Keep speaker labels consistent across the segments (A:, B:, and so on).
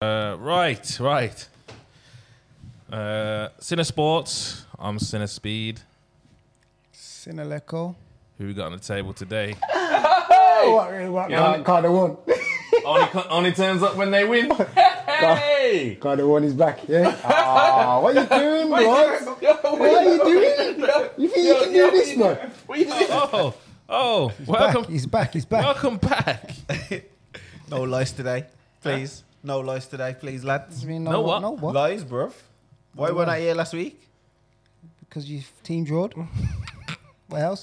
A: Uh, right, right. Uh, Cinesports. I'm Cinespeed.
B: Sinaleco.
A: Who we got on the table today?
B: Oh, what, what,
A: Yeah.
B: Carter One.
A: only, only turns up when they win. Hey!
B: Carter One is back. Yeah. Ah, what you doing, bro? What are you doing? You think you can do this, man?
A: Oh, oh, welcome,
B: Back, he's back. He's back.
A: welcome back.
C: No lies today, please. No lies today, please, lads.
B: I mean,
A: Know what?
B: No, what?
C: Lies, bruv. Why weren't I here last week?
B: Because you team drawed. what else?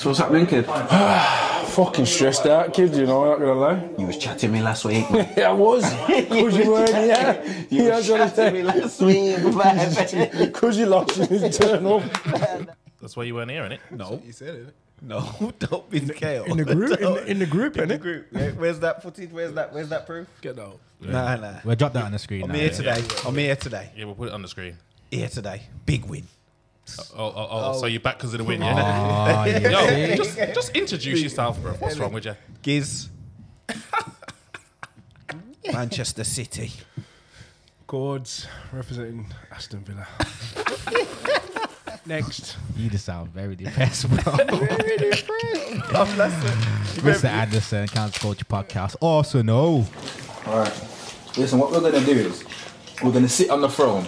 D: So what's happening, kid?
E: Fucking stressed out, kid, you know, I'm not gonna lie.
D: You was chatting to me last week. man.
E: Yeah, I was. Because you weren't here.
D: You
E: Yeah,
D: was
E: I was
D: chatting to me last week. man.
E: Because you lost in his turn up.
A: That's why you weren't here, innit?
C: No. You said it. No, don't be the chaos. In
E: the group,
C: the group. Where- Where's that footage? Where's that? Where's that proof? Get out. Nah, nah.
F: We'll drop that on the screen
C: I'm
F: now.
C: here today. I'm here today.
A: Yeah, we'll put it on the screen.
C: Here today. Big win.
A: Oh, oh, oh, so you're back because of the win, yeah?
F: Oh, yeah.
A: Yo, just, just introduce yourself, bro. What's wrong with you?
C: Giz. Manchester City.
E: Cords representing Aston Villa. Next.
F: You just sound very depressed, bro.
C: Love last week.
F: Mr. Anderson, Council Culture Podcast. Also, no.
D: Alright. Listen, what we're gonna do is we're gonna sit on the throne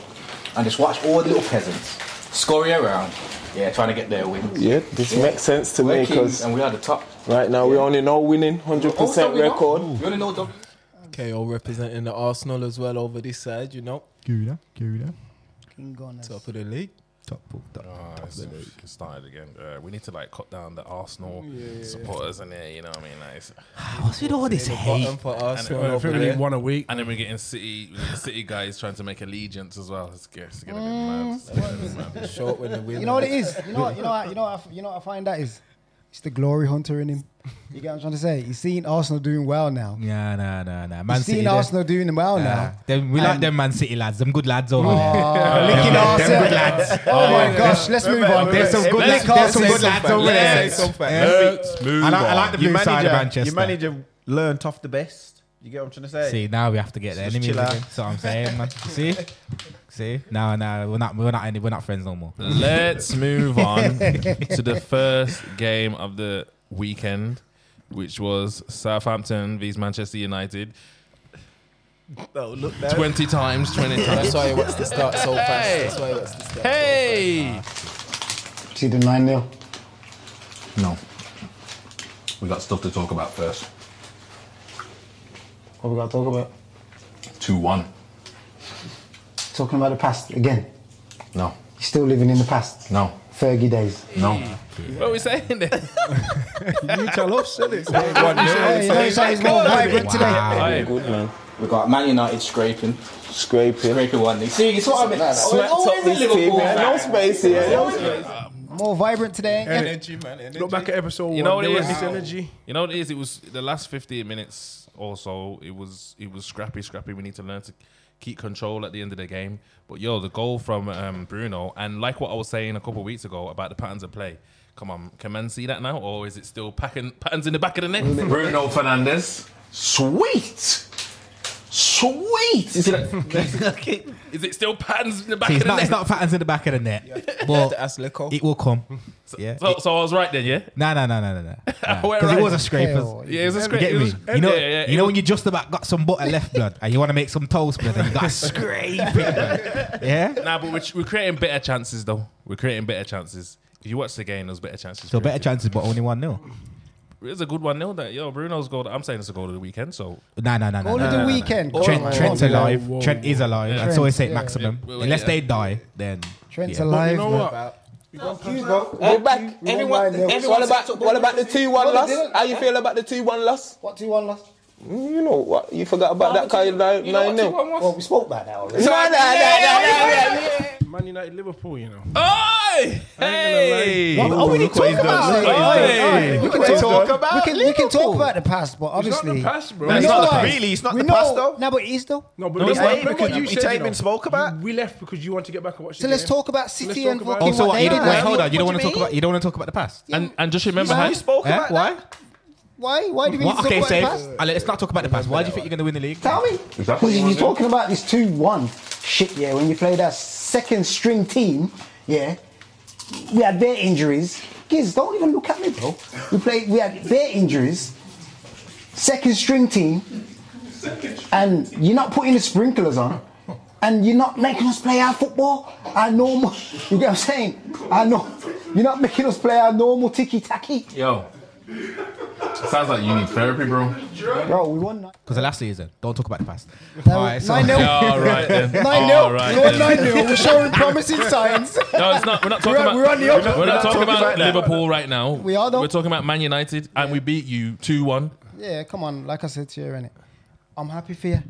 D: and just watch all the little peasants scurry around, yeah, trying to get their wins.
E: Yeah, this
D: Yeah.
E: makes sense to
D: We're
E: me
D: kings
E: because
D: and we are the top.
E: right now we only know winning, 100%
D: Also, we know-
E: record.
D: We only know W.
G: KO representing the Arsenal as well over this side, you know,
F: Gouda, Gouda.
B: Fucking gunners.
G: top of the league.
F: Top, top.
A: Oh, it's it's started again. Uh, we need to like cut down the Arsenal supporters in there. You know what I mean? Like, it's-
F: What's with all this
G: Bottom um, for Arsenal over there.
E: a week.
A: and then we're getting city we're getting city guys trying to make allegiance as well. It's, it's gonna be mad.
F: Mm.
A: It's gonna be mad.
G: Short when they win.
B: You know what it is? You know what? You know what? You know what? I, f- you know what I find that is? It's the glory hunter in him. You get what I'm trying to say? He's seeing Arsenal doing well now.
F: Nah, nah, nah, nah. Man
B: He's
F: City.
B: seeing
F: them-
B: Arsenal doing well
F: nah.
B: now.
F: Them, we like
B: And-
F: them Man City lads. Them good lads over there.
B: Oh, licking
F: Them good
B: Arsenal.
F: lads.
B: Oh my gosh, let's move on.
F: There's some good
B: Lick
F: lads.
B: Arsenal.
F: There's some good lads over there.
C: Let's go first.
F: I like, I like the
C: Your
F: blue side of
C: manager,
F: Manchester.
C: your manager learnt off the best. You get what I'm trying to say?
F: See, now we have to get the
C: Just
F: enemies.
C: chill out.
F: again. That's what I'm saying, man. See, see, no, no, we're not, we're not, any, we're not friends no more.
A: Let's move on to the first game of the weekend, which was Southampton vs Manchester United.
C: No, look there.
A: Twenty times, twenty times.
G: That's why he wants to start so fast. That's why he wants to start.
A: Hey!
B: See the 9 0.
D: No. We got stuff to talk about first.
B: What we got to talk about?
D: Two one.
B: Talking about the past again.
D: No.
B: You're still living in the past.
D: No.
B: Fergie days.
D: No.
A: What are we saying there?
C: you tell us, isn't it?
B: Yeah, you know, it's like it's more vibrant today.
F: Wow.
E: Good, man.
D: We got Man United scraping.
E: Scraping.
D: Scraping one league. See, it's what I mean. Oh,
E: Smacked
D: it's always
E: up
D: a
E: this team,
D: Liverpool
E: yeah.
D: fan.
E: No space here. No space.
B: More vibrant today. Yeah.
C: Energy, man. Energy.
E: Look back at episode
A: You know
E: one.
A: what it
E: there
A: is?
E: was this energy.
A: You know what it is? It was the last 15 minutes or so. It was it was scrappy, scrappy. We need to learn to keep control at the end of the game. But yo, the goal from um, Bruno, and like what I was saying a couple of weeks ago about the patterns of play. Come on, can man see that now, or is it still packing patterns in the back of the net?
D: Bruno Fernandez. Sweet. Sweet. You see that?
C: okay.
A: Is it still patterns in the back
F: See,
A: of
F: it's
A: the
F: not,
A: net?
F: it's not patterns in the back of the net, but
C: That's Lico.
F: it will come. Yeah,
A: so, so I was right then, yeah.
F: no, no, no, no, no, no,
A: We're
F: because
A: right.
F: it was a scraper.
B: Hell,
A: Yeah, it was a
F: You
A: scrape.
F: get
A: It
F: me?
A: was-
F: you know,
A: yeah, yeah,
F: you
A: it
F: know
A: was-
F: when you just about got some butter left, blood, and you want to make some toast, blood, and you got to scrape it, blood. Yeah.
A: Nah, but we're, we're creating better chances though. We're creating better chances. If you watch the game, there's better chances.
F: So better
A: created.
F: chances, but only one nil.
A: It's a good one nil. That yo Bruno's goal. I'm saying it's a goal of the weekend. So
F: No, no, no, no.
B: All
F: no,
B: of
F: no,
B: the
F: no.
B: weekend.
F: Uh,
B: Oh
F: Trent,
B: Come on.
F: Trent's alive. Trent is alive. and so
B: Trent,
F: is Saint
B: yeah.
F: Maximum.
A: Yeah, well,
F: Unless
A: yeah.
F: they die, then
B: Trent's
F: yeah.
B: alive.
E: know
B: man. Oh
E: what?
D: We're back. Everyone, everyone about what about the two one
B: Well, they
D: loss?
B: didn't-
D: How you feel about the two one loss?
B: What 2 1 lost?
E: Mm, You know what? You forgot about that kind of nine nine nil.
B: Well, we spoke about that already.
D: No, no, no, no, no, no.
E: Man United, Liverpool. You know.
A: Oi! Hey!
B: What are we talking about?
A: Oi!
B: We can talk about We can, we can talk about the past, but obviously.
E: It's not the past, bro.
A: That's
B: We
A: not
B: know
A: the
B: why.
A: past.
C: Really, it's not
B: we
C: the
B: know,
C: past, though.
B: No, but it is though.
E: No, but
C: No,
E: look-
C: it's
E: look
C: not
E: what
C: because
E: you
C: it
E: said,
C: ain't
E: you know.
C: been spoke about.
E: You- We left because you want to get back and watch.
B: So let's talk about City
E: talk
B: and
E: about-
B: fucking
F: Also,
B: what
F: what
B: they
F: you
B: did.
F: don't, wait, hold
C: What
F: on. You
C: do
F: don't want
C: you
F: to talk
C: mean?
F: about. You don't want to talk about the past.
A: And, and just remember
C: You
A: how
C: spoke
F: Eh?
C: about
F: Why?
C: that.
B: Why? Why do we need
F: What?
B: to
F: Okay,
B: talk about the
F: safe.
B: past?
F: Uh, let's not talk about the past. Why do you think you're going to win the league?
H: Tell me.
I: Exactly.
H: Well, you're talking about this 2 1 shit, yeah, when you play that second string team, yeah, we had their injuries. Giz, don't even look at me, bro. We played, we had their injuries, second string team, and you're not putting the sprinklers on. And you're not making us play our football, our normal. You get what I'm saying? I know. You're not making us play our normal ticky tacky,
A: Yo. Sounds like you need therapy, bro.
H: bro. We won. that.
F: Because the last season, don't talk about the past.
B: That
F: All
B: was
F: right, so-
B: nine nil.
A: All right then.
B: Nine
A: All
B: nil.
A: right
B: We won
A: then.
B: nine nil. We're showing promising signs.
A: No, it's not. We're not talking
B: We're-
A: about.
B: we're on the up.
A: We're not,
B: We're not
A: talking,
B: talking
A: about,
B: about that.
A: Liverpool right now.
B: We are, though.
A: We're talking about Man United, and we beat you two one.
B: Yeah, come on. Like I said to you, innit? I'm happy for you.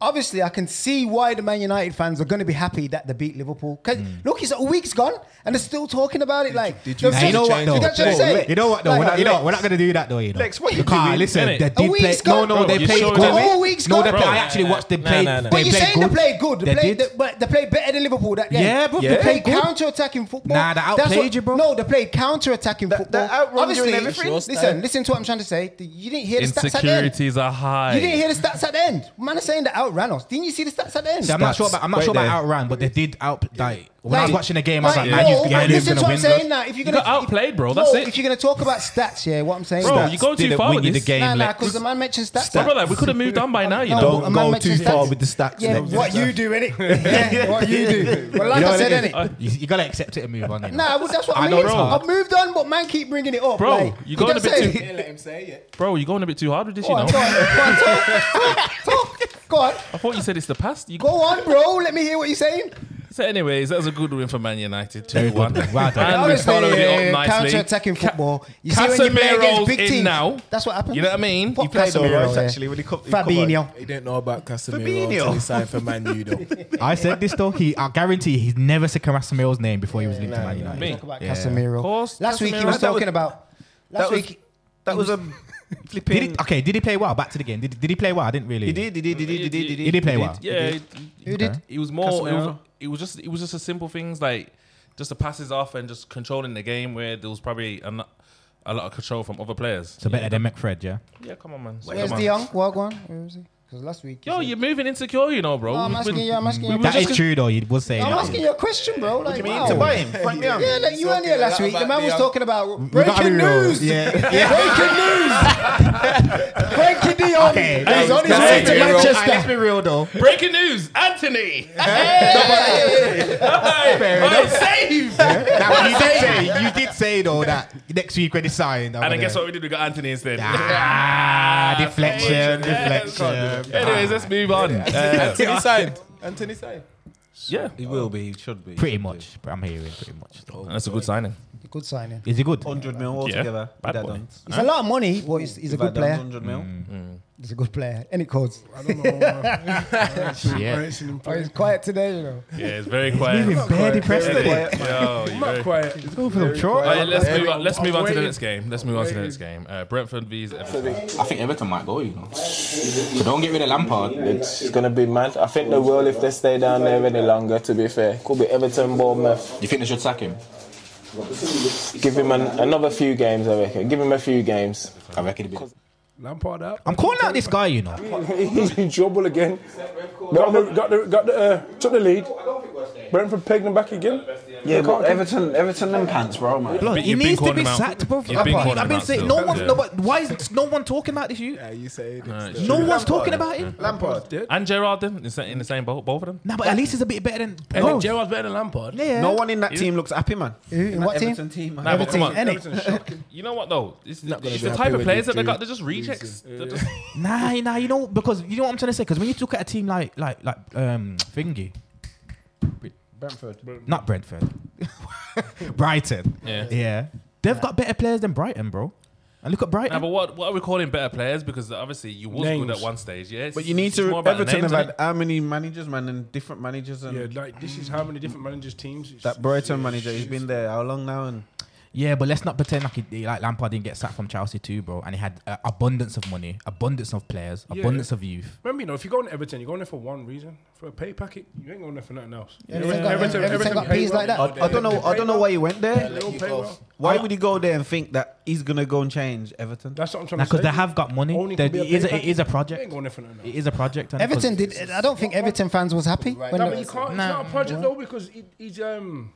B: Obviously, I can see why the Man United fans are going to be happy that they beat Liverpool. 'Cause Look, it's a week's gone and they're still talking about it. like,
C: did you
B: they've
F: Nah,
C: see
B: said-
F: Hmm. you know
B: You know
F: what though?
B: what I'm saying?
F: You know what though? We're
B: Like,
F: not, you know, we're not gonna do that though. You know.
C: Lex, what you
F: Because,
C: doing?
F: Listen,
A: Innit?
F: they
A: A
F: did play.
B: week's
F: No,
B: gone.
F: no, they
A: Bro,
F: played
A: you're
F: good.
A: showing
B: me. A week's
F: no, they
B: gone.
F: played. I
A: Bro,
F: actually
A: nah,
F: watched them
G: nah,
F: play.
G: nah, nah.
F: They
B: But you're
F: played
B: saying
F: good.
B: they played good. They,
F: They
B: played,
F: did.
B: they- but they played better than Liverpool that game.
F: Yeah, bro,
B: They
F: they
B: played
F: played good.
B: counter-attacking football.
F: Nah, they
B: That's
F: outplayed
B: what-
F: you, bro.
B: No, they played counter-attacking football.
C: they outrun you in
B: Obviously,
C: everything.
B: listen, listen to what I'm trying to say. The- You didn't hear the stats at the end.
A: Insecurities are high.
B: You didn't hear the stats at the end. Man are saying that outran us. Didn't you see the stats at the end?
F: See, I'm not sure about. I'm not
C: Wait
F: sure about
C: there.
F: outran, but they did out. Like, when I was
B: Like-
F: watching the game, I was like,
B: like,
F: man,
B: no,
F: you man, you're
B: listen to
F: gonna
B: what I'm
F: win.
B: saying
F: bro.
B: now. If you're
A: You
B: gonna
A: got outplayed, bro. That's
B: no,
A: it.
B: If you're gonna talk about stats, yeah, what I'm saying,
A: Bro,
B: is
A: you go too
F: didn't
A: far
F: win
A: with
F: you
A: this.
F: the game.
B: nah, nah,
F: Lex.
B: because the man mentioned stats.
A: Bro, like, we could have moved on by now, you know.
B: No, a
C: Don't
B: man
C: go
B: mentioned
C: too far
B: stats.
C: with the stats.
B: Yeah,
C: Lex.
B: what you do, innit? Yeah, what you do. Well, like
F: You know
B: I
F: what
B: said,
F: it is?
A: Uh,
B: innit?
F: You you gotta accept it and move on. you know.
B: Nah, well, that's what I,
F: I know
B: mean.
F: it's hard.
B: I've moved on, but man, keep bringing it up.
A: Bro,
B: like,
A: you going
B: get
A: a bit
B: what I'm
A: too-
B: saying?
G: Let him say it.
A: Bro, you're going a bit too hard with this,
B: Go
A: you know.
B: on, go on, go on, talk, talk, talk. Go on,
A: I thought you said it's the past. You
B: go on, bro. Let me hear what you're saying.
A: So, anyways, that was a good win for Man United.
F: Very
A: Two
F: good
A: one.
F: win. Well done.
A: And we
B: Honestly,
A: followed it up nicely.
B: counter-attacking football. You see when you play against
A: Casemiro's
B: big
A: in
B: teams.
A: now.
B: That's what happens.
A: You know what I mean?
B: Fuck
A: He
C: Played all
B: Casemiro,
C: right,
B: yeah.
C: actually, when he come- he come on.
B: Fabinho.
G: He didn't know about Casemiro
C: Fabinho.
G: until he signed for Man U, though.
F: I said this though. He, I guarantee, he's never said Casemiro's name before he was linked to Man United.
A: Me.
B: Talk about
F: Yeah.
B: Casemiro.
A: course,
B: last week he
A: Casemiro.
B: was
A: That
B: talking
A: was-
B: about. Last
C: That was,
B: week,
C: that was a
F: Did he,
C: flipping.
F: okay, did he play well? Back to the game. Did, did he play well? I didn't really.
C: He did, he did, he did, he did, he did.
F: He did play well.
A: Yeah, it,
B: who did?
A: it was more. It was,
C: Casemiro.
A: it was just. It was just the simple things like just the passes off and just controlling the game where there was probably a, not- a lot of control from other players.
F: So better than McFred, yeah.
A: yeah, come on, man.
B: Where's
A: Come
B: the
A: on.
B: young? What one? Where is he? Because last week. he
A: Yo,
B: said-
A: you're moving insecure, you know, bro.
B: No, I'm
A: We've
B: asking
A: been-
B: you. I'm asking you. a
A: we were
F: That
A: just
F: is
B: question.
A: gonna-
F: true though. He was saying.
B: I'm
F: that.
B: asking you a question, bro. Like,
C: You mean
B: wow.
C: to buy him? Frank Young.
B: Yeah, like, you weren't here last week. The man
G: um,
B: was talking about
F: We gotta be
B: breaking
F: real.
B: news.
F: Yeah.
B: Breaking news. Frankie Dion
F: Okay,
B: is on his
C: that's
B: way to
C: real.
F: Let's
B: Manchester.
F: be real though.
A: Breaking news: Anthony. Hey, hey, saved.
F: Now, you did say you did say though that next week when he signed.
A: And then guess what we did? We got Anthony instead.
F: Ah, deflection,
A: Yeah, can't do
F: deflection.
A: that. Anyways, let's move on. Uh,
G: Anthony signed. Anthony signed.
A: yeah,
C: He will be, he should be.
F: Pretty much, but I'm hearing pretty much.
A: that's a good signing.
B: Good signing.
F: Is he good?
C: 100 mil altogether.
A: bad
C: With
A: boy.
C: add-ons.
B: It's a lot of money, but he's, he's a
C: With
B: good
C: add-ons,
B: player.
C: 100 mil.
F: Mm.
B: He's a good player. Any codes?
J: I don't know. man. I
F: Yeah.
J: ain't seen him
B: Oh,
J: play.
B: he's quiet today, you know.
A: Yeah, it's very quiet.
F: Bare depressed today.
A: Yo, you
J: I'm
A: very-
J: not quiet.
A: All right, let's move on. Let's
J: I'm
A: move on to the
J: waiting.
A: next game. Let's move on to the next game. Uh, Brentford vs. Everton.
D: I think Everton might go, you know. So don't get rid of Lampard.
J: It's gonna be mad. I think they will if they stay down there any longer. To be fair, could be Everton, Bournemouth.
D: You think they should sack him?
J: Give him an, another few games, I reckon. Give him a few games.
D: I reckon it'd be.
J: Lampard out.
F: I'm calling out this guy, you know.
J: He's in trouble again. Got the, got the, got the, uh, took the lead. Brentford pegged him back again.
H: Yeah, but Everton, Everton and pants, bro, man.
F: Blood,
A: You've
F: he
A: been
F: needs to
A: calling
F: be
A: him out.
F: sacked, bro.
A: You've been calling
F: I've
A: him
F: been
A: out
F: saying
A: still.
F: no one.
A: Yeah.
F: No, one- why is no one talking about this? You,
G: Yeah, you say it.
F: no one's talking about him.
J: Lampard did.
A: And Gerard then in the sa- in the same boat, both of them.
F: Nah, but at least he's a bit better than.
J: And
F: Bro,
J: Gerard's better than Lampard.
F: yeah.
C: No one in that team looks happy, man.
B: Who- in what team?
C: Everton team, man.
A: Nah, but come on.
B: Any?
A: You know what though? It's,
G: Not gonna
A: it's
G: be
A: the
G: happy
A: type of
G: with
A: players
G: the
A: that they got.
G: dream.
A: They're just rejects. They're just-
F: Nah, nah, you know because you know what I'm trying to say. Because when you look at a team like like like um Thingy,
J: Brentford.
F: not Brentford, Brighton,
A: Yeah.
F: yeah, they've got better players than Brighton, bro. And look at
A: Nah,
F: Brighton.
A: but what what are we calling better players? Because obviously you was good at
J: Names.
A: one stage, yeah. It's-
C: But you need
A: it's
C: to.
A: more about the
C: Everton
A: names,
C: have
A: innit?
C: had how many managers, man, and different managers, and
J: Yeah, like this is how many different managers teams. It's-
C: that Brighton
J: yeah,
C: manager. He's
J: shit.
C: been there how long now? And
F: Yeah, but let's not pretend like he, like Lampard didn't get sacked from Chelsea too, bro. And he had uh, abundance of money, abundance of players,
J: Yeah.
F: abundance of youth.
J: Remember, you know, if you're going to Everton, you're going there for one reason, for a pay packet. You ain't going there for nothing else.
B: Everton got- Everton got
J: pay
B: peas like that.
J: well.
C: I, I don't know. I don't know why he went there.
J: They all pay well.
C: Why would he go there and think that he's gonna go and change Everton?
J: That's what I'm trying to say.
F: Because they have got money.
J: Only
F: There,
J: could
F: it,
J: be a
F: is
J: pay
F: a, it is a
J: packet. They ain't
F: project.
J: going there for nothing else.
F: It is a project. and
B: Everton
F: 'cause-
B: did. I don't think Everton fans was happy. When
J: No,
B: the-
J: but you can't. It's not a project though because he, he's um,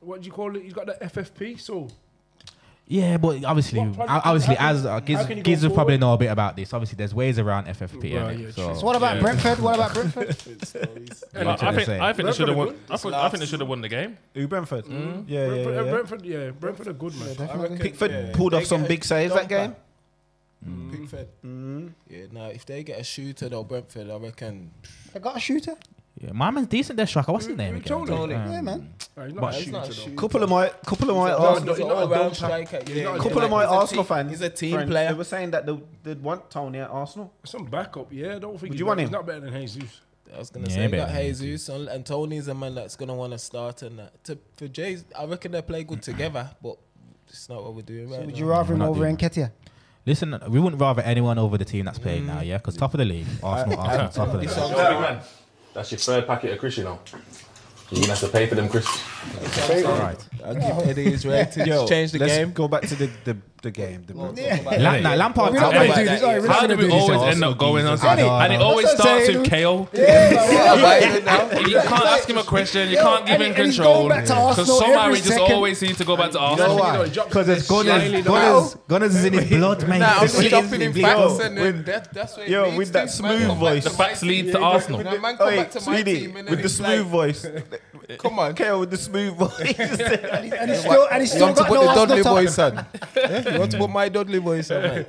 J: what do you call it? He's got the FFP. So
F: Yeah, but obviously,
J: What project-
F: o- obviously,
J: how can-
F: as uh,
J: how
F: Giz,
J: can you go
F: Giz will probably
J: forward?
F: know a bit about this. Obviously, there's ways around FFP.
J: Right,
F: innit?
J: yeah,
F: so,
B: So what about
A: Yeah.
B: Brentford? What about Brentford?
A: I, I
F: trying to
A: think,
F: say.
A: I think they should have won. I,
J: It's
A: think- I think they should have won the game.
C: Who Brentford?
G: Mm.
C: Yeah, yeah,
J: Brentford, uh,
C: yeah, yeah.
J: Brentford, yeah, Brentford are good man.
G: I reckon,
C: Pickford
G: yeah,
C: pulled
G: they
C: off some
G: get a
C: big saves that game.
G: jumper. Pickford. Yeah, now if they get a shooter though, Brentford, I reckon.
B: They got a shooter.
F: yeah, my man's decent. There, striker. What's his name again?
J: Tony.
F: Um,
B: Yeah, man.
J: Nah, he's not
F: But-
J: a
G: He's
J: shooter
G: not a
J: though.
G: shooter.
C: Couple of my, couple of my,
G: He's
C: Arsenal,
G: an all-round striker. Yeah,
C: couple of my
G: he's a
C: Arsenal
G: team-
C: fans.
G: He's a team
C: friends,
G: player.
C: They were saying that they they'd want Tony at Arsenal.
J: Some backup. Yeah, I don't think
C: Would
J: he's
C: you want
J: bad.
C: him?
J: He's not better than Jesus.
G: I was gonna
F: Yeah,
G: say
F: but-
G: that Jesus and, and Tony's a man that's gonna want to start and that. To, for Jay's, I reckon they play good together, but it's not what we're doing right
B: Would
G: now.
B: you rather him
F: not
B: over Enketia?
F: Listen, we wouldn't rather anyone over the team that's playing now, yeah? Because top of the league, Arsenal, Arsenal, top of the league.
I: That's your third packet of Chris, you know. You're gonna have to pay for them, Chris.
F: Right.
G: I'll give Eddie his rating.
C: Yo,
G: Change the
C: let's
G: game.
C: Go back to the the, the game. The
F: Lam- nah, Lampard,
B: We're not gonna
F: Lampard-
B: do this. Sorry, we're not
A: How do
B: gonna do
A: we
B: this.
A: always end up going on?
B: Arsenal.
A: And it always
B: That's what I'm
A: starts
B: saying.
A: with KO. You can't ask him a question. You
B: Yo,
A: can't give
B: and
A: him
B: he- and he's
A: control.
B: going back to Arsenal
A: somehow
B: every
A: he just
B: second.
A: always seems to go back to
J: You know
A: Arsenal.
J: why? He dropped
F: Because it's
J: this shiny
F: Gunners,
J: little-
F: Gunners, Gunners is in his blood, mate.
G: Nah, I'm
F: This is
G: stopping
F: his
G: in
F: blood.
G: facts and then that, that's what it
C: yo,
G: leads
C: with that
G: to, man.
C: smooth
G: Come back
C: voice.
G: to
A: The
G: my
A: facts
G: team.
A: lead to Arsenal.
G: Nah, man, come
C: Hey,
G: back to my
C: Speedy,
G: team and
C: with
G: then
C: the
G: it's like,
C: smooth voice.
G: Come on.
C: KO with the smooth voice.
B: And he's still, and he's
G: You
B: still
G: want to
B: got
G: put
B: no
G: the Dudley
B: Arsenal top.
G: voice on? Eh? You want to put my Dudley voice on, man?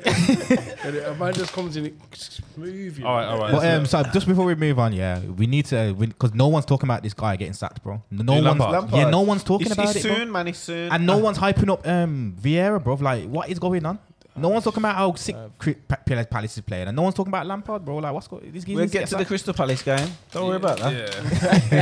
J: And a man just comes in, it smooth. You
A: All right, all right.
F: But um, so just before we move on, yeah, we need to because no one's talking about this guy getting sacked, bro. No
A: Who,
F: one's,
A: Lampard?
F: yeah, no one's talking
C: He's-
F: about
C: he's
F: it, bro.
C: soon, man. He's soon.
F: and no one's hyping up um Vieira, bro. Like, what is going on? No one's talking about how sick
C: Uh,
F: Cri- Pa- Pa- Palace is playing, and no one's talking about Lampard, bro. Like, what's going? This game
C: we'll get to the Crystal Palace game. Don't worry about that.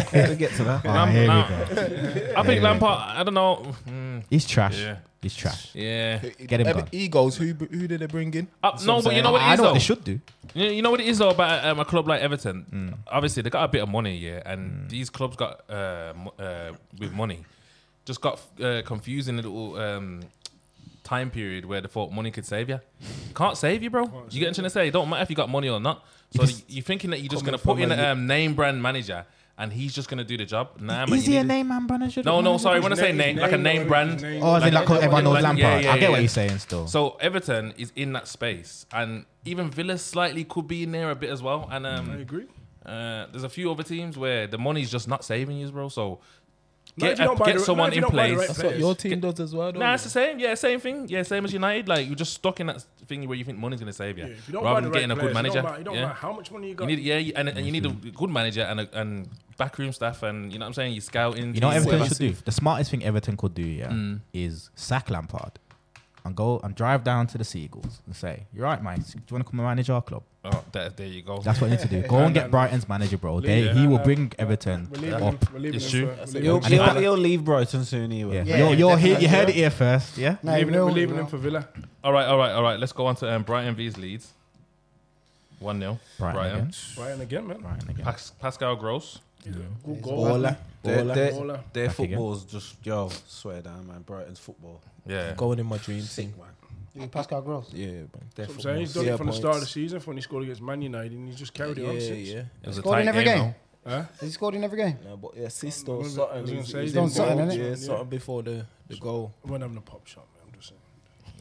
A: Yeah.
C: We'll get to that.
A: Lam-
F: Ah, here we
A: Lam-
F: go.
A: I think Lampard. I don't know. Mm,
F: He's trash.
A: Yeah.
F: He's trash.
A: yeah.
F: Get him
G: Eh,
F: gone.
G: Egos, who, who did they bring in?
A: Uh, no, but you know what
F: I
A: it is
F: know what
A: though.
F: they should do.
A: You you know what it is though about um, a club like Everton.
F: Mm.
A: Obviously, they got a bit of money, yeah, and these clubs got uh, mo- uh, with money just got uh, confused in a little um, time period where they thought money could save you. Can't save you, bro. you get what I'm trying to say? It don't matter if you got money or not. So you you're thinking that you're just gonna put in a um, name brand manager and he's just gonna do the job. Nah, man.
F: Is
A: you
F: he a
A: need-
F: name man manager?
A: No, no. Sorry, when I say
J: His
A: name, like a
J: name,
A: name
J: his
A: brand.
J: name.
F: Oh, as in like,
A: Like,
F: everyone knows
A: like,
F: Lampard.
A: yeah, yeah,
F: I get what
A: yeah.
F: you're saying still.
A: So Everton is in that space, and even Villa slightly could be in there a bit as well. And um,
J: I agree.
A: uh, there's a few other teams where the money's just not saving you, bro. So
J: Not if
A: get,
J: you don't buy
A: get
J: the- not
A: someone
J: if you
A: in
J: don't buy the
A: place.
J: right
G: That's what your team
A: Get-
G: does as well, don't
A: Nah,
G: you?
A: it's the same. Yeah, same thing. Yeah, same as United. Like you're just stuck in that thing where you think money's gonna save you,
J: Yeah, if you don't buy
A: rather
J: the
A: than
J: right
A: getting a good
J: players,
A: manager.
J: It don't matter, it don't Mm-hmm.
A: yeah.
J: matter how much money you
A: You
J: got.
A: need, yeah, you- and, and you need a good manager and a, and backroom staff, and you know what I'm saying. You scouting.
F: You know what
A: teams,
F: Everton
A: whatever.
F: should do? The smartest thing Everton could do, yeah,
A: Mm.
F: is sack Lampard and go and drive down to the Seagulls and say, You're right, mate. Do you want to come and manage our club?
A: Oh, there, there you go.
F: That's what you need to do. Go and get Brighton's manager, bro. They,
J: Yeah,
F: he
J: no,
F: will
J: no,
F: bring Everton
J: We're leaving him.
F: up.
J: We're leaving
A: It's
J: him. for-
A: true.
J: we're
C: He'll,
J: leaving him
F: And if
C: he'll,
F: I-
C: he'll leave Brighton soon. He will.
F: Yeah.
B: Yeah,
F: you're, you're here, you
B: definitely.
F: heard it here first, yeah?
B: No,
J: We're
B: he
J: leaving him-
B: will,
J: we're
B: he
J: leaving him
B: will.
J: for Villa.
A: All right, all right, all right. Let's go on to um, Brighton vs Leeds. One 0
F: Brighton, again.
J: Brighton again, man.
F: Brighton again.
A: Pas- Pascal Gross.
J: Good goal.
G: Baller.
C: Their,
G: Baller.
C: their-
J: Baller.
C: their
F: Back again.
C: football's just yo. Swear down, man. Brighton's football.
A: Yeah.
G: Going in my dream team.
B: Pascal Gross.
G: Yeah, man.
C: Their
J: I'm saying he's
C: football's
J: done
G: Yeah,
J: it from the start of the
G: points.
J: season from when he scored against Man United and he's just carried
G: Yeah,
J: it on since.
G: yeah.
A: It was a
B: Scored
A: tight
B: in every
A: game.
B: game.
J: though. Huh?
B: Has he scored in every game?
G: No, but assist or
J: was gonna- I
G: something.
J: was gonna
G: He's-
J: say,
G: he's
J: he's done
G: involved,
B: something, innit?
G: Yeah,
J: Yeah.
G: something before the, the goal.
J: I wasn't having a pop shot, man. I'm just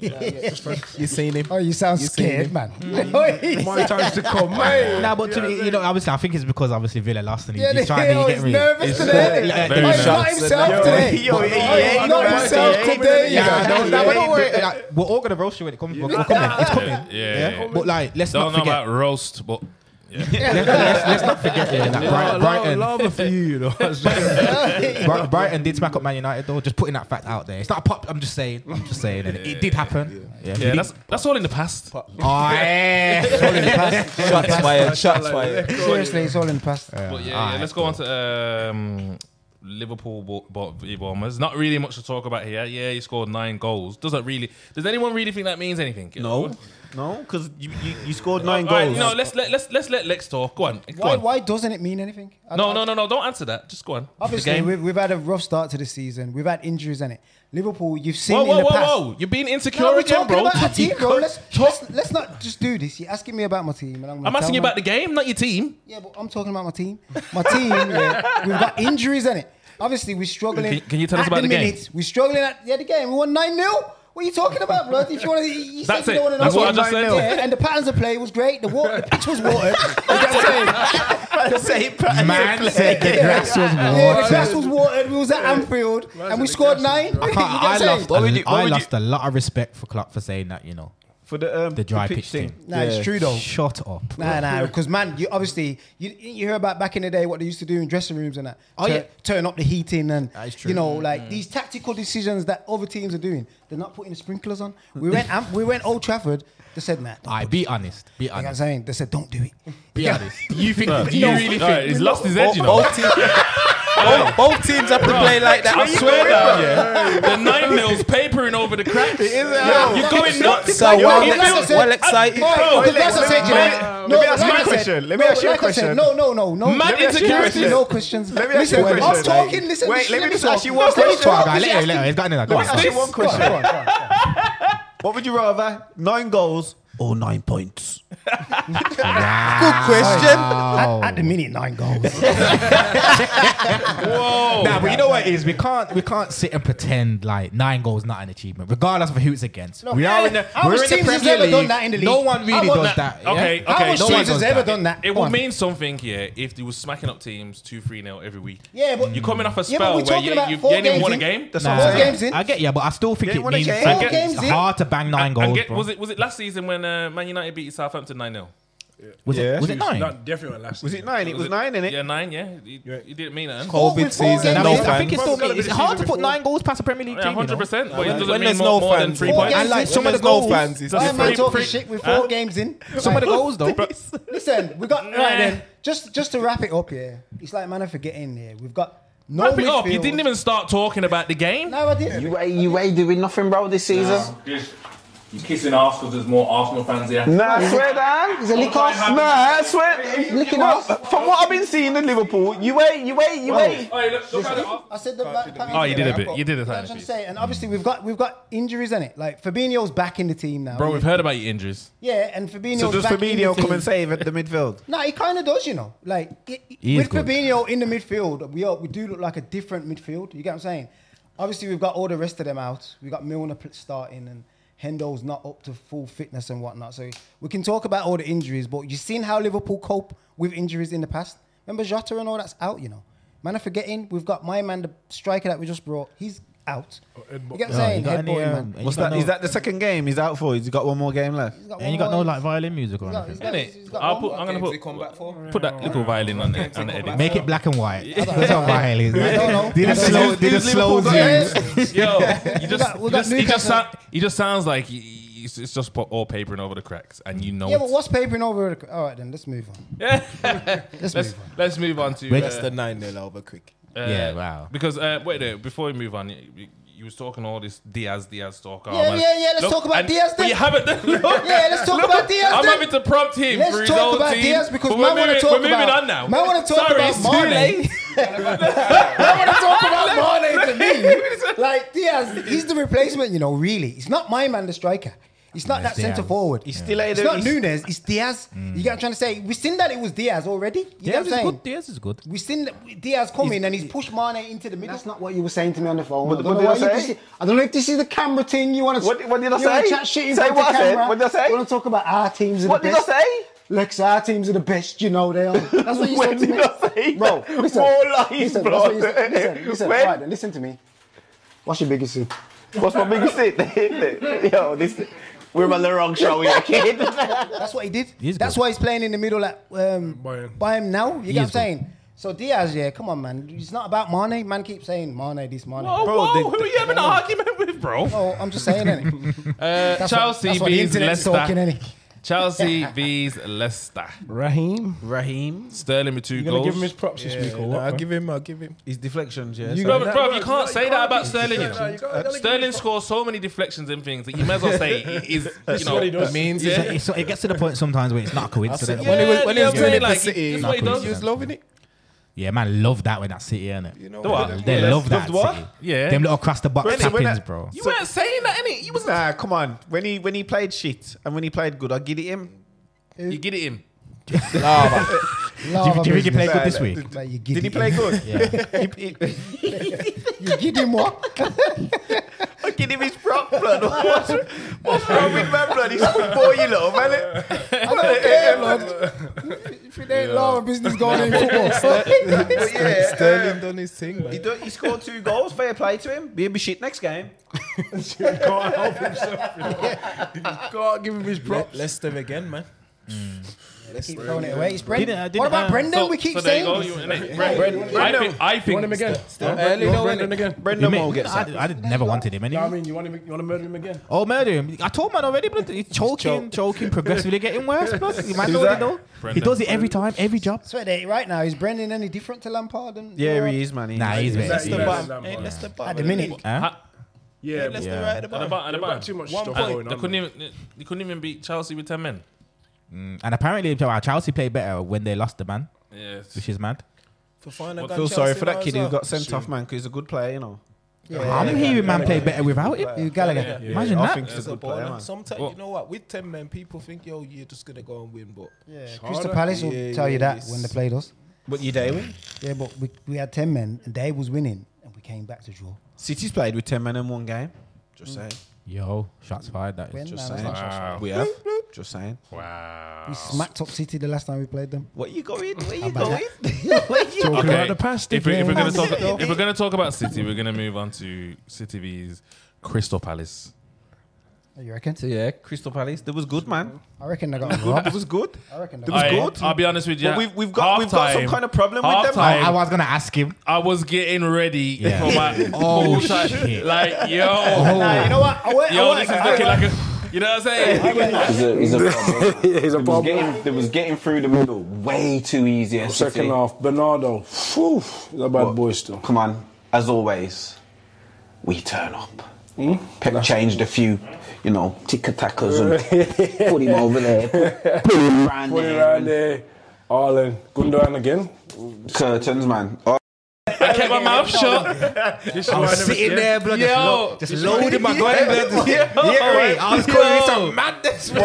J: saying.
G: You seen him?
B: Oh, you sound
G: You seen
B: scared,
G: him?
B: man.
J: My time's to come, man.
F: Nah, but to me, you know, obviously, I think it's because obviously Villa lost and he,
B: Yeah,
F: he's trying
B: oh,
F: to
B: he's
F: get rid.
B: nervous today.
A: Very
B: Oh,
A: nervous.
B: he's not himself today.
C: Yo,
B: Oh,
C: he- he
B: he's
C: ain't
B: not
C: nervous.
B: himself
C: He ain't
B: today.
F: Yeah,
B: Yeah,
F: don't- nah, but don't worry. Like, we're all gonna roast you when it comes. We're, we're coming. It's coming.
A: Yeah.
F: Yeah.
A: yeah.
F: But like, let's
A: Don't
F: not
A: know
F: forget.
A: about roast, but
F: let's, let's- let's not forget yeah, that Bright- Brighton,
J: Lava for you, you know. That's just-
F: Bright- Brighton did smack up Man United though. Just putting that fact out there. It's not a pop. I'm just saying. I'm just saying. and it, it did happen. Yeah.
A: yeah, that's that's all in the past.
F: Oh, yeah.
G: Shots fired. Shots fired.
B: Seriously, it's all in the past.
A: But yeah, yeah, let's go on to um, Liverpool bo- bo- v Bombers. Not really much to talk about here. Yeah, he scored nine goals. Doesn't really. Does anyone really think that means anything?
C: No, no, because you, you, you scored nine
A: All right,
C: goals.
A: no, let's let, let's let's let Lex talk. Go on. Go
B: Why,
A: on.
B: why doesn't it mean anything? I
A: No,
B: don't-
A: no, no, no. Don't answer that. Just go on.
B: Obviously, we've, we've had a rough start to the season. We've had injuries in it. Liverpool, you've seen
A: Whoa,
B: in
A: whoa,
B: the
A: whoa,
B: past.
A: whoa. You're being insecure
B: No, we're
A: again,
B: talking
A: bro.
B: About our
A: You
B: team, bro.
A: can't
B: Let's, let's, let's not just do this. You're asking me about my team. And I'm, gonna
A: I'm asking
B: tell
A: you
B: my-
A: about the game, not your team.
B: Yeah, but I'm talking about my team. My team, yeah, we've got injuries in it. Obviously, we're struggling.
A: Can- can you tell us
B: at
A: about the game?
B: minute. We're struggling at yeah, the game. We won 9 0. What are you talking about, bro? If you want to, you
A: That's
B: said
A: it.
B: you don't want to
A: That's
B: know
A: what I just said.
B: Yeah, and the patterns of play was great. The, water, the pitch was watered. You get what I'm saying?
F: Man said the grass was
B: Yeah, the
F: watered.
B: grass was watered. We was at Anfield and we scored nine.
F: I,
B: You get
F: can't-
B: what I'm
F: I
B: saying?
F: lost, a, I lost a lot of respect for Klopp for saying that, you know.
C: For the um,
F: The dry
C: pitch
F: pitch thing.
B: Nah, it's true though.
F: Shut up.
B: Nah, nah, because man, you obviously you, you hear about back in the day what they used to do in dressing rooms and that. Oh
F: yeah.
B: turn up the heating and
F: is true.
B: you know like these tactical decisions that other teams are doing. They're not putting the sprinklers on. We went Am- we went Old Trafford. They said nah. Don't
F: I be honest. Be
B: like I'm
F: honest.
B: saying, they said don't do it.
F: Be honest.
A: You think? Do you
B: No.
A: really
B: All
A: think? He's lost his edge, you know.
C: Both, teams, both, both teams have to play like that.
A: I swear down, yeah. The nine mils papering over the cracks. It is. you're going nuts.
C: So
A: You're
C: well,
A: going
C: let's-
A: nuts.
C: well, excited.
B: Boy,
A: Bro,
B: because that's what I said, you
A: man,
B: know.
A: let
B: No,
A: me
B: but
A: ask you
B: like
A: a
B: I said-
A: question.
B: no, but like I said, No, no, no, no.
A: Mad
B: Let me ask you a
A: insecurity.
B: question. No questions.
J: Let me ask you a
B: Listen, I'm
J: question.
B: talking. Listen,
J: Wait,
B: listen,
J: let me just ask you
B: talk.
J: one
B: Let me
J: question.
B: talk.
F: Go on,
B: He's
F: let him,
B: asking-
F: let him. He's got another. Go
J: Let me
F: on.
J: ask you one question.
C: What would you rather? Nine goals or nine points?
F: Wow.
C: Question.
B: At at the minute, nine goals. Oh,
F: Nah, but you know what it is? We can't we can't sit and pretend like nine goals not an achievement, regardless of who it's against. we are in the
B: How
F: we're
B: much
F: in the
B: teams has
F: Premier
B: ever
F: League.
B: done that in the
F: No
B: league?
F: one really
B: How
F: does
B: much-
F: that.
A: Okay, okay.
F: yeah?
B: How much
F: no
B: teams
F: one
B: has
F: does
B: ever
F: that.
B: done that?
A: It
B: Come
A: will
B: on.
A: mean something here if they were smacking up teams two, three nil every week.
B: Yeah, but
A: You're coming off a
B: yeah, but
A: spell
B: we're
A: where
B: talking
A: you,
B: about
A: you, you
B: four
A: ain't even
B: games
A: won a
B: in.
A: game.
C: That's
B: Nah.
C: what I'm
B: Four
C: saying.
B: games in.
F: I get yeah, but I still think
C: Yeah,
F: it
C: what a
F: means
C: shame.
F: I
B: Four
F: get-
B: games
F: it's
B: in.
F: hard to bang nine
A: And
F: goals.
A: get-
F: bro.
A: was it was it last season when uh, Man United beat Southampton nine 0
F: Was it, was it nine?
J: That definitely went last
C: Was it nine? It was, nine, innit?
A: Yeah, nine. Yeah, you, you didn't mean that.
B: Four with four games
F: No,
B: in.
F: I think
C: fans.
F: it's still
J: Probably gotta be
F: it's
J: the
F: hard to
J: season
F: put
J: before.
F: nine goals past a Premier League
A: Yeah,
F: team. you
A: hundred
F: know?
A: percent. But it doesn't
C: When
A: mean
C: there's
A: more,
C: no
A: more than
C: fans,
A: three
C: yeah.
A: points.
B: Four
F: And like
B: games in.
F: some of the
C: There's no
F: goals,
C: fans, it's
B: Why
C: just
B: am I
A: free-
B: talking
A: free-
B: shit with four games in?
F: some of the goals though.
B: Listen, we got right
A: Nah.
B: then. Just just to wrap it up here, it's like man, I forgetting here. We've got no
A: Wrap it up. You
B: midfield.
A: didn't even start talking about the game.
B: No, I didn't.
H: You ain't, you ain't doing nothing, bro, this season.
I: You kissing off because there's more Arsenal fans here.
J: Nah, I swear, Dan.
H: He's a lick off.
J: Nah, I swear.
H: Lick it
J: Well,
H: off.
J: From what I've been seeing in Liverpool, you ain't, you ain't, you ain't.
B: I said the back.
A: Oh, you did a bit. You did a
B: I
A: tiny
B: was trying to
A: bit.
B: say, and obviously we've got we've got injuries in it. Like Fabinho's back in the team now.
A: Bro, we've heard about your injuries.
B: yeah, and Fabinho's
C: So does
B: back in the
C: Fabinho
B: team.
C: come and save at the midfield?
B: No, he kind of does, you know. Like it,
F: He is
B: with
F: good.
B: Fabinho in the midfield, we are, we do look like a different midfield. You get what I'm saying? Obviously, we've got all the rest of them out. We got Milner pl- starting and Hendo's not up to full fitness and whatnot. So we can talk about all the injuries, but you've seen how Liverpool cope with injuries in the past. Remember Jota and all that's out, you know. Man, I'm forgetting we've got my man, the striker that we just brought. He's out. You get what I'm
F: Oh,
B: saying?
F: you got any,
B: Headbutting,
F: um,
B: man.
F: you
C: What's
F: got
C: that? Is
F: no-
C: that the second game he's out for? He's got one more game left.
B: He's got
F: And
B: one
F: you got no
B: more-
F: like violin music or
B: he's got- he's
F: anything.
B: got-
A: Innit?
B: he's got
A: I'll
B: one
A: put.
B: more.
A: I'm gonna
G: Games they come
A: put.
G: back for.
A: Put that little violin on there. On the edit.
F: Make it black and white.
B: don't
F: That's
B: know.
F: what violin.
B: I don't know.
F: Did a
B: That's
F: slow,
B: what-
F: did a slow zoom.
B: Yeah.
A: Yo, you just,
B: got- we
A: you just, he
B: got
A: just,
B: Newcastle.
A: sound, he just sounds like he- he- it's it's just put all papering over the cracks, and you know.
B: Yeah, but
A: it's-
B: what's papering over? The, all right, then let's move on. let's,
A: let's
B: move on.
A: let's move on to.
F: Wait.
A: uh,
G: That's the nine nil over quick.
A: uh,
F: Yeah, wow.
A: Because uh, wait, there, before we move on, you, you- you was talking all this Diaz, Diaz talk. Oh,
B: Yeah,
A: man.
B: yeah, yeah, let's talk about
A: and-
B: Diaz
A: But
B: then.
A: you haven't. Look,
B: Yeah, let's talk
A: look,
B: about Diaz.
A: I'm
B: then.
A: having to prompt him. for
B: Let's
A: his
B: talk
A: old
B: about
A: team,
B: Diaz because
A: but
B: man
A: we're
B: want to
A: moving-
B: talk
A: We're
B: about.
A: moving on now.
B: Man want to talk
A: Sorry,
B: about
A: it's too late.
B: Mane. man want to talk about Mane to me. Like Diaz, he's the replacement. You know, really, it's not my man, the striker. It's not that
F: it's Diaz.
B: centre forward.
C: He's still
B: It's
C: ain't.
B: not
C: he's-
B: Nunes. It's Diaz. You get what I'm trying to say? We seen that it was Diaz already. You get
F: Diaz
B: what
F: is
B: I'm saying?
F: good. Diaz is good.
B: We seen that Diaz come in and he's pushed Mane into the middle.
H: That's not what you were saying to me on the phone.
J: What-
H: I, don't
J: what
H: know
J: did I
H: why you-
J: say?
H: this is- I don't know if this is the camera thing you want to.
J: What- what did I
H: you wanna
J: say?
H: Chat shit in
J: Say
H: front
J: what
H: of
J: I said.
H: camera.
J: What did I say?
H: You want to talk about our teams are
J: What
H: the
J: did I
H: best.
J: say?
H: Lex, our teams are the best. You know they are. That's what you
J: When
H: said to
J: did
H: me.
J: I say
H: bro,
J: that?
H: listen,
J: More lies,
H: listen,
J: bro.
H: that's what you said. Listen, listen,
J: When-
H: right, then, listen to me. What's your biggest sin?
J: What's my biggest sin? Yo, this. We're on the wrong show here, kid.
B: That's what he did.
F: He is
B: That's
F: good.
B: why he's playing in the middle at um,
J: Bayern.
B: Bayern now. You get what I'm
F: is good.
B: saying? So Diaz, yeah, come on, man. It's not about Mane. Man keeps saying Mane, this Mane.
A: Whoa,
C: Bro,
A: whoa,
C: they-
A: who are you having an argument with, bro?
B: Oh, I'm just saying, innit?
A: Uh,
B: That's what-
A: Chelsea
B: that's what the
A: beats
B: internet's
A: Leicester.
B: talking, innit?
A: Chelsea vs Leicester.
G: Raheem.
C: Raheem.
A: Sterling with 2
G: You gonna
A: goals.
G: give him his props this Yeah, week or what, nah, man? give him. I'll give him.
C: His deflections, yeah.
A: You
C: so-
A: bro, bro, you can't say that about
C: give
A: Sterling. You
C: deflections.
A: know. Sterling scores so many deflections and things that you may as well say he is.
F: That's
A: you know,
F: what he does. It
G: means
A: yeah.
F: So it's- so it gets to the point sometimes where it's not a coincidence.
G: Yeah, when he was, when he was
A: yeah,
G: doing it
A: like,
G: for City,
A: that's what he does.
G: he was loving it.
F: Yeah, man, love that when that City, innit? You
A: know what?
F: They
A: Yeah,
F: love that.
A: loved what?
F: City.
A: Yeah.
F: Them little cross the box
C: When he- when
F: tappings,
C: I-
F: bro.
A: You weren't saying that, innit? You was
C: Nah, come on. When he when he played shit and when he played good, I get it him.
A: You get it him.
F: do you think he played good this
C: Nah,
F: week?
C: nah,
B: Like, you giddy.
C: Did he play good?
F: Yeah.
C: He- he-
B: you giddy what?
C: I give him his prop, blood. What's, what's wrong with man, blood? He's football, you little man.
B: If it ain't law and business going in football.
C: But yeah,
G: Sterling done his thing,
C: He,
G: man.
C: do, he scored two goals. Fair play to him. Be a bit shit next game.
J: God, give him his
G: Le-
J: props.
G: Leicester again, man.
B: keep throwing it away. It's Brendan.
F: Didn't- didn't-
B: what about
F: uh,
B: Brendan?
A: So-
B: we keep
A: so there you
B: saying.
A: go, you- innit? Brent- I think. I
J: You want him
A: think.
J: again?
G: Early
J: You
G: though,
J: want Brendan
G: innit?
J: again?
F: You
C: Brendan
F: mean-
C: Moore gets
F: I,
C: sacked.
F: I did- never wanted him
J: No,
F: anyway.
J: I mean, you want him? You want to murder him again?
F: Oh, murder him. I told man already, but he's choking, choking, progressively getting worse, bro. You might already know. He
A: Brendan.
F: does it every time, every job.
B: I swear that right now, is Brendan any different to Lampard? Than
C: Yeah,
B: Lampard?
C: he is, man. He
F: Nah,
C: is.
F: he's better.
J: That's the
F: He's-
J: bottom.
G: Hey, Leicester bottom
B: At the
G: of
B: minute.
G: league.
F: Huh?
J: Yeah,
G: Leicester
F: Yeah.
G: right at
A: And
G: the bottom.
A: about- and about-
J: too much
A: one
J: stuff
A: point,
J: going
A: They
J: on,
A: couldn't even. They couldn't even beat Chelsea with ten men.
F: And apparently, our Chelsea played better when they lost the man,
A: Yes.
F: which is mad.
G: For fun, I
A: Well,
G: got
C: feel sorry for that
G: Chelsea
C: kid
G: now
C: who
G: as well.
C: got sent off, man, because he's a good player, you know.
F: I'm hearing man play better without
B: Who,
F: him.
B: Gallagher.
F: Imagine
C: I
F: that.
C: think he's
G: He's
C: a
G: a
C: good player,
G: baller.
C: man.
G: Sometimes
A: Well-
G: you know what? With ten men, people think yo, you're just gonna go and win, but
B: Yeah. Crystal Palace will
G: Yeah,
B: tell you that
G: it's-
B: when they played us.
C: But you day win.
B: Yeah, but we, we had 10 men and they was winning and we came back to draw.
C: City's played with 10 men in one game. Just saying.
F: Yo, shots fired. That
B: When
F: is just.
B: man,
C: saying.
B: like,
A: Wow.
C: We have. Just saying.
B: we smacked up City the last time we played them.
C: What you going? Where you
B: about
C: going?
B: that?
C: Where you
J: Talking
A: Okay.
J: about the past
A: If, we,
J: again.
A: if we're gonna talk, if we're gonna talk about City, we're gonna move on to City vs Crystal Palace.
B: You reckon?
C: So yeah, Crystal Palace. That was good, man.
B: I reckon they got
C: That
B: robbed.
C: was good.
B: I reckon they
C: It was
A: I,
C: good.
A: I'll be honest with you.
C: But we've- we've got- we've got some
A: half-time-
C: kind of problem with them, man.
F: I
A: half-time,
F: was gonna ask him.
A: I was getting ready
F: Yeah.
A: for my
F: Oh,
A: full time.
F: shit. Oh.
A: Like yo,
B: Nah, you know what? I went, I
C: Oh,
A: yo, this
B: went,
A: is
B: I
A: looking
B: went-
A: like a. You know what I'm saying?
I: He's a, he's a problem.
E: He's a
I: It was,
E: problem.
I: getting, it was getting through the middle way too easy. at City.
E: Second half, Bernardo. Phew, he's a bad
I: But
E: boy still.
I: Come on, as always, we turn up. Pep changed a few, you know, ticker tackers and put him over there, put, put him around
E: Put it
I: there.
E: around
I: and
E: there. Arlen, Gundogan again.
I: Curtains, man. Oh,
A: I kept my mouth shut.
F: I was sitting there, blood, just,
A: Yo.
F: lo- just loading my gun, blood. Yeah, right. I was
A: Yo.
F: calling you some madness, bro.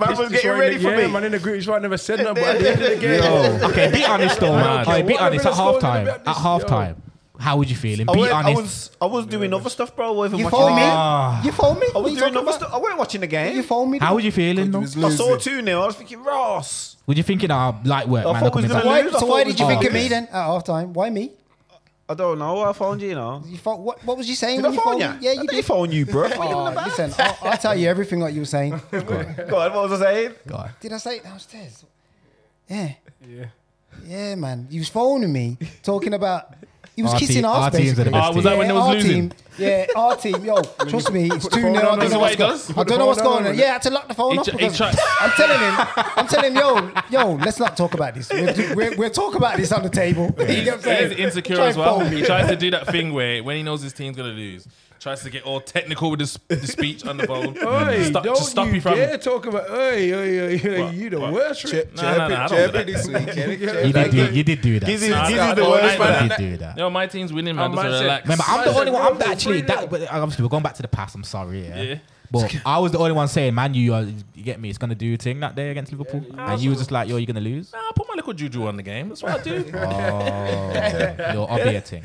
C: Man was getting ready for
J: yeah,
C: me.
J: man in the group. That's why I never said nothing. But at the end of the game,
F: Oh, Okay, be honest though, man.
J: care
F: Okay, be
J: what
F: honest. At
J: everyone
F: half
J: scored,
F: time,
J: they'll
F: at
J: be honest.
F: half time, how would you feel? And
C: I
F: be
C: was, I
F: honest.
C: was I was doing other stuff, bro. I wasn't
B: You
C: watching
B: phone
C: the
B: me?
C: game.
B: You phone me?
C: I
B: What
C: was
B: you
C: doing
B: talking
C: other
B: about?
C: stuff. I weren't watching the game.
B: You phone me?
F: how would you feeling? though?
C: I saw two 0 I was thinking, Ross.
F: Would you thinking, ah, light work,
C: I
F: man?
C: thought
F: look
C: we was
F: at me
C: gonna
F: back.
B: Why,
C: lose? I
B: so
C: thought
B: why
C: we
B: did
C: was
B: you
F: gonna
B: think of
F: lose.
B: me then at Oh, half time? Why me?
C: I don't know. I phoned you, you know.
B: You phone, what, what was you saying?
C: Did
B: when
C: I
B: you
C: phone you?
B: phoned me? Yeah,
C: I
B: you
C: didn't
B: did.
C: phone you, bro. What are you on
B: Oh,
C: about?
B: listen, I'll, I'll tell you everything what you were saying.
C: God, what was I saying?
B: Did I say it downstairs? Yeah. Yeah. Yeah, man. He was phoning me, talking about. He was
F: Our
B: kissing
F: team-
B: our
F: our team's
B: space.
F: are the best
A: Oh, was that
B: yeah,
A: when they was
B: our
A: losing?
B: Team, yeah, our team. Yo, trust me, it's 2
J: phone
B: 0. I
J: down
B: don't
J: on him.
B: know what's,
A: Is that what he
B: go-
A: does? You
B: I
J: put the
B: don't know
J: phone
B: what's
J: down on
B: going on.
J: him.
B: Yeah, I had to lock the phone
A: He
B: off.
A: tr- he
B: because
A: tried-
B: I'm telling him, I'm telling him, yo, yo, let's not talk about this. We'll, do, we'll, we'll talk about this on the table. You
A: He's,
B: know what I'm saying?
A: he's insecure
B: Try
A: as well.
B: phone
A: He
B: me.
A: tries to do that thing where when he knows his team's gonna lose, tries to get all technical with his, the speech on the phone.
J: Oi,
A: to stop, to
J: don't
A: stop
J: you
A: you from.
J: dare talk about. Oi, oi, oi, oi,
A: What?
J: you the
A: What?
J: worst. Rich.
A: No, no, no, I don't do that.
F: You did do, you did do that.
C: This is,
F: You
A: Nah,
C: this
A: nah,
C: is the
A: nah,
C: worst,
A: nah,
C: man. Oh,
A: nah.
F: did do that.
A: No, my team's winning, man.
J: I'm
A: Just
J: mindset.
A: relax.
F: Remember, I'm the
J: Bro,
F: only one. I'm
J: bro,
F: actually
J: bro.
F: that. But obviously, we're going back to the past. I'm sorry. Yeah.
A: Yeah.
F: But I was the only one saying, "Man, you, are, you get me. It's gonna do a thing that day against Liverpool." and you was just like, "Yo, you're gonna lose."
A: Nah, I put my little juju on the game. That's what I do.
F: You're obviating.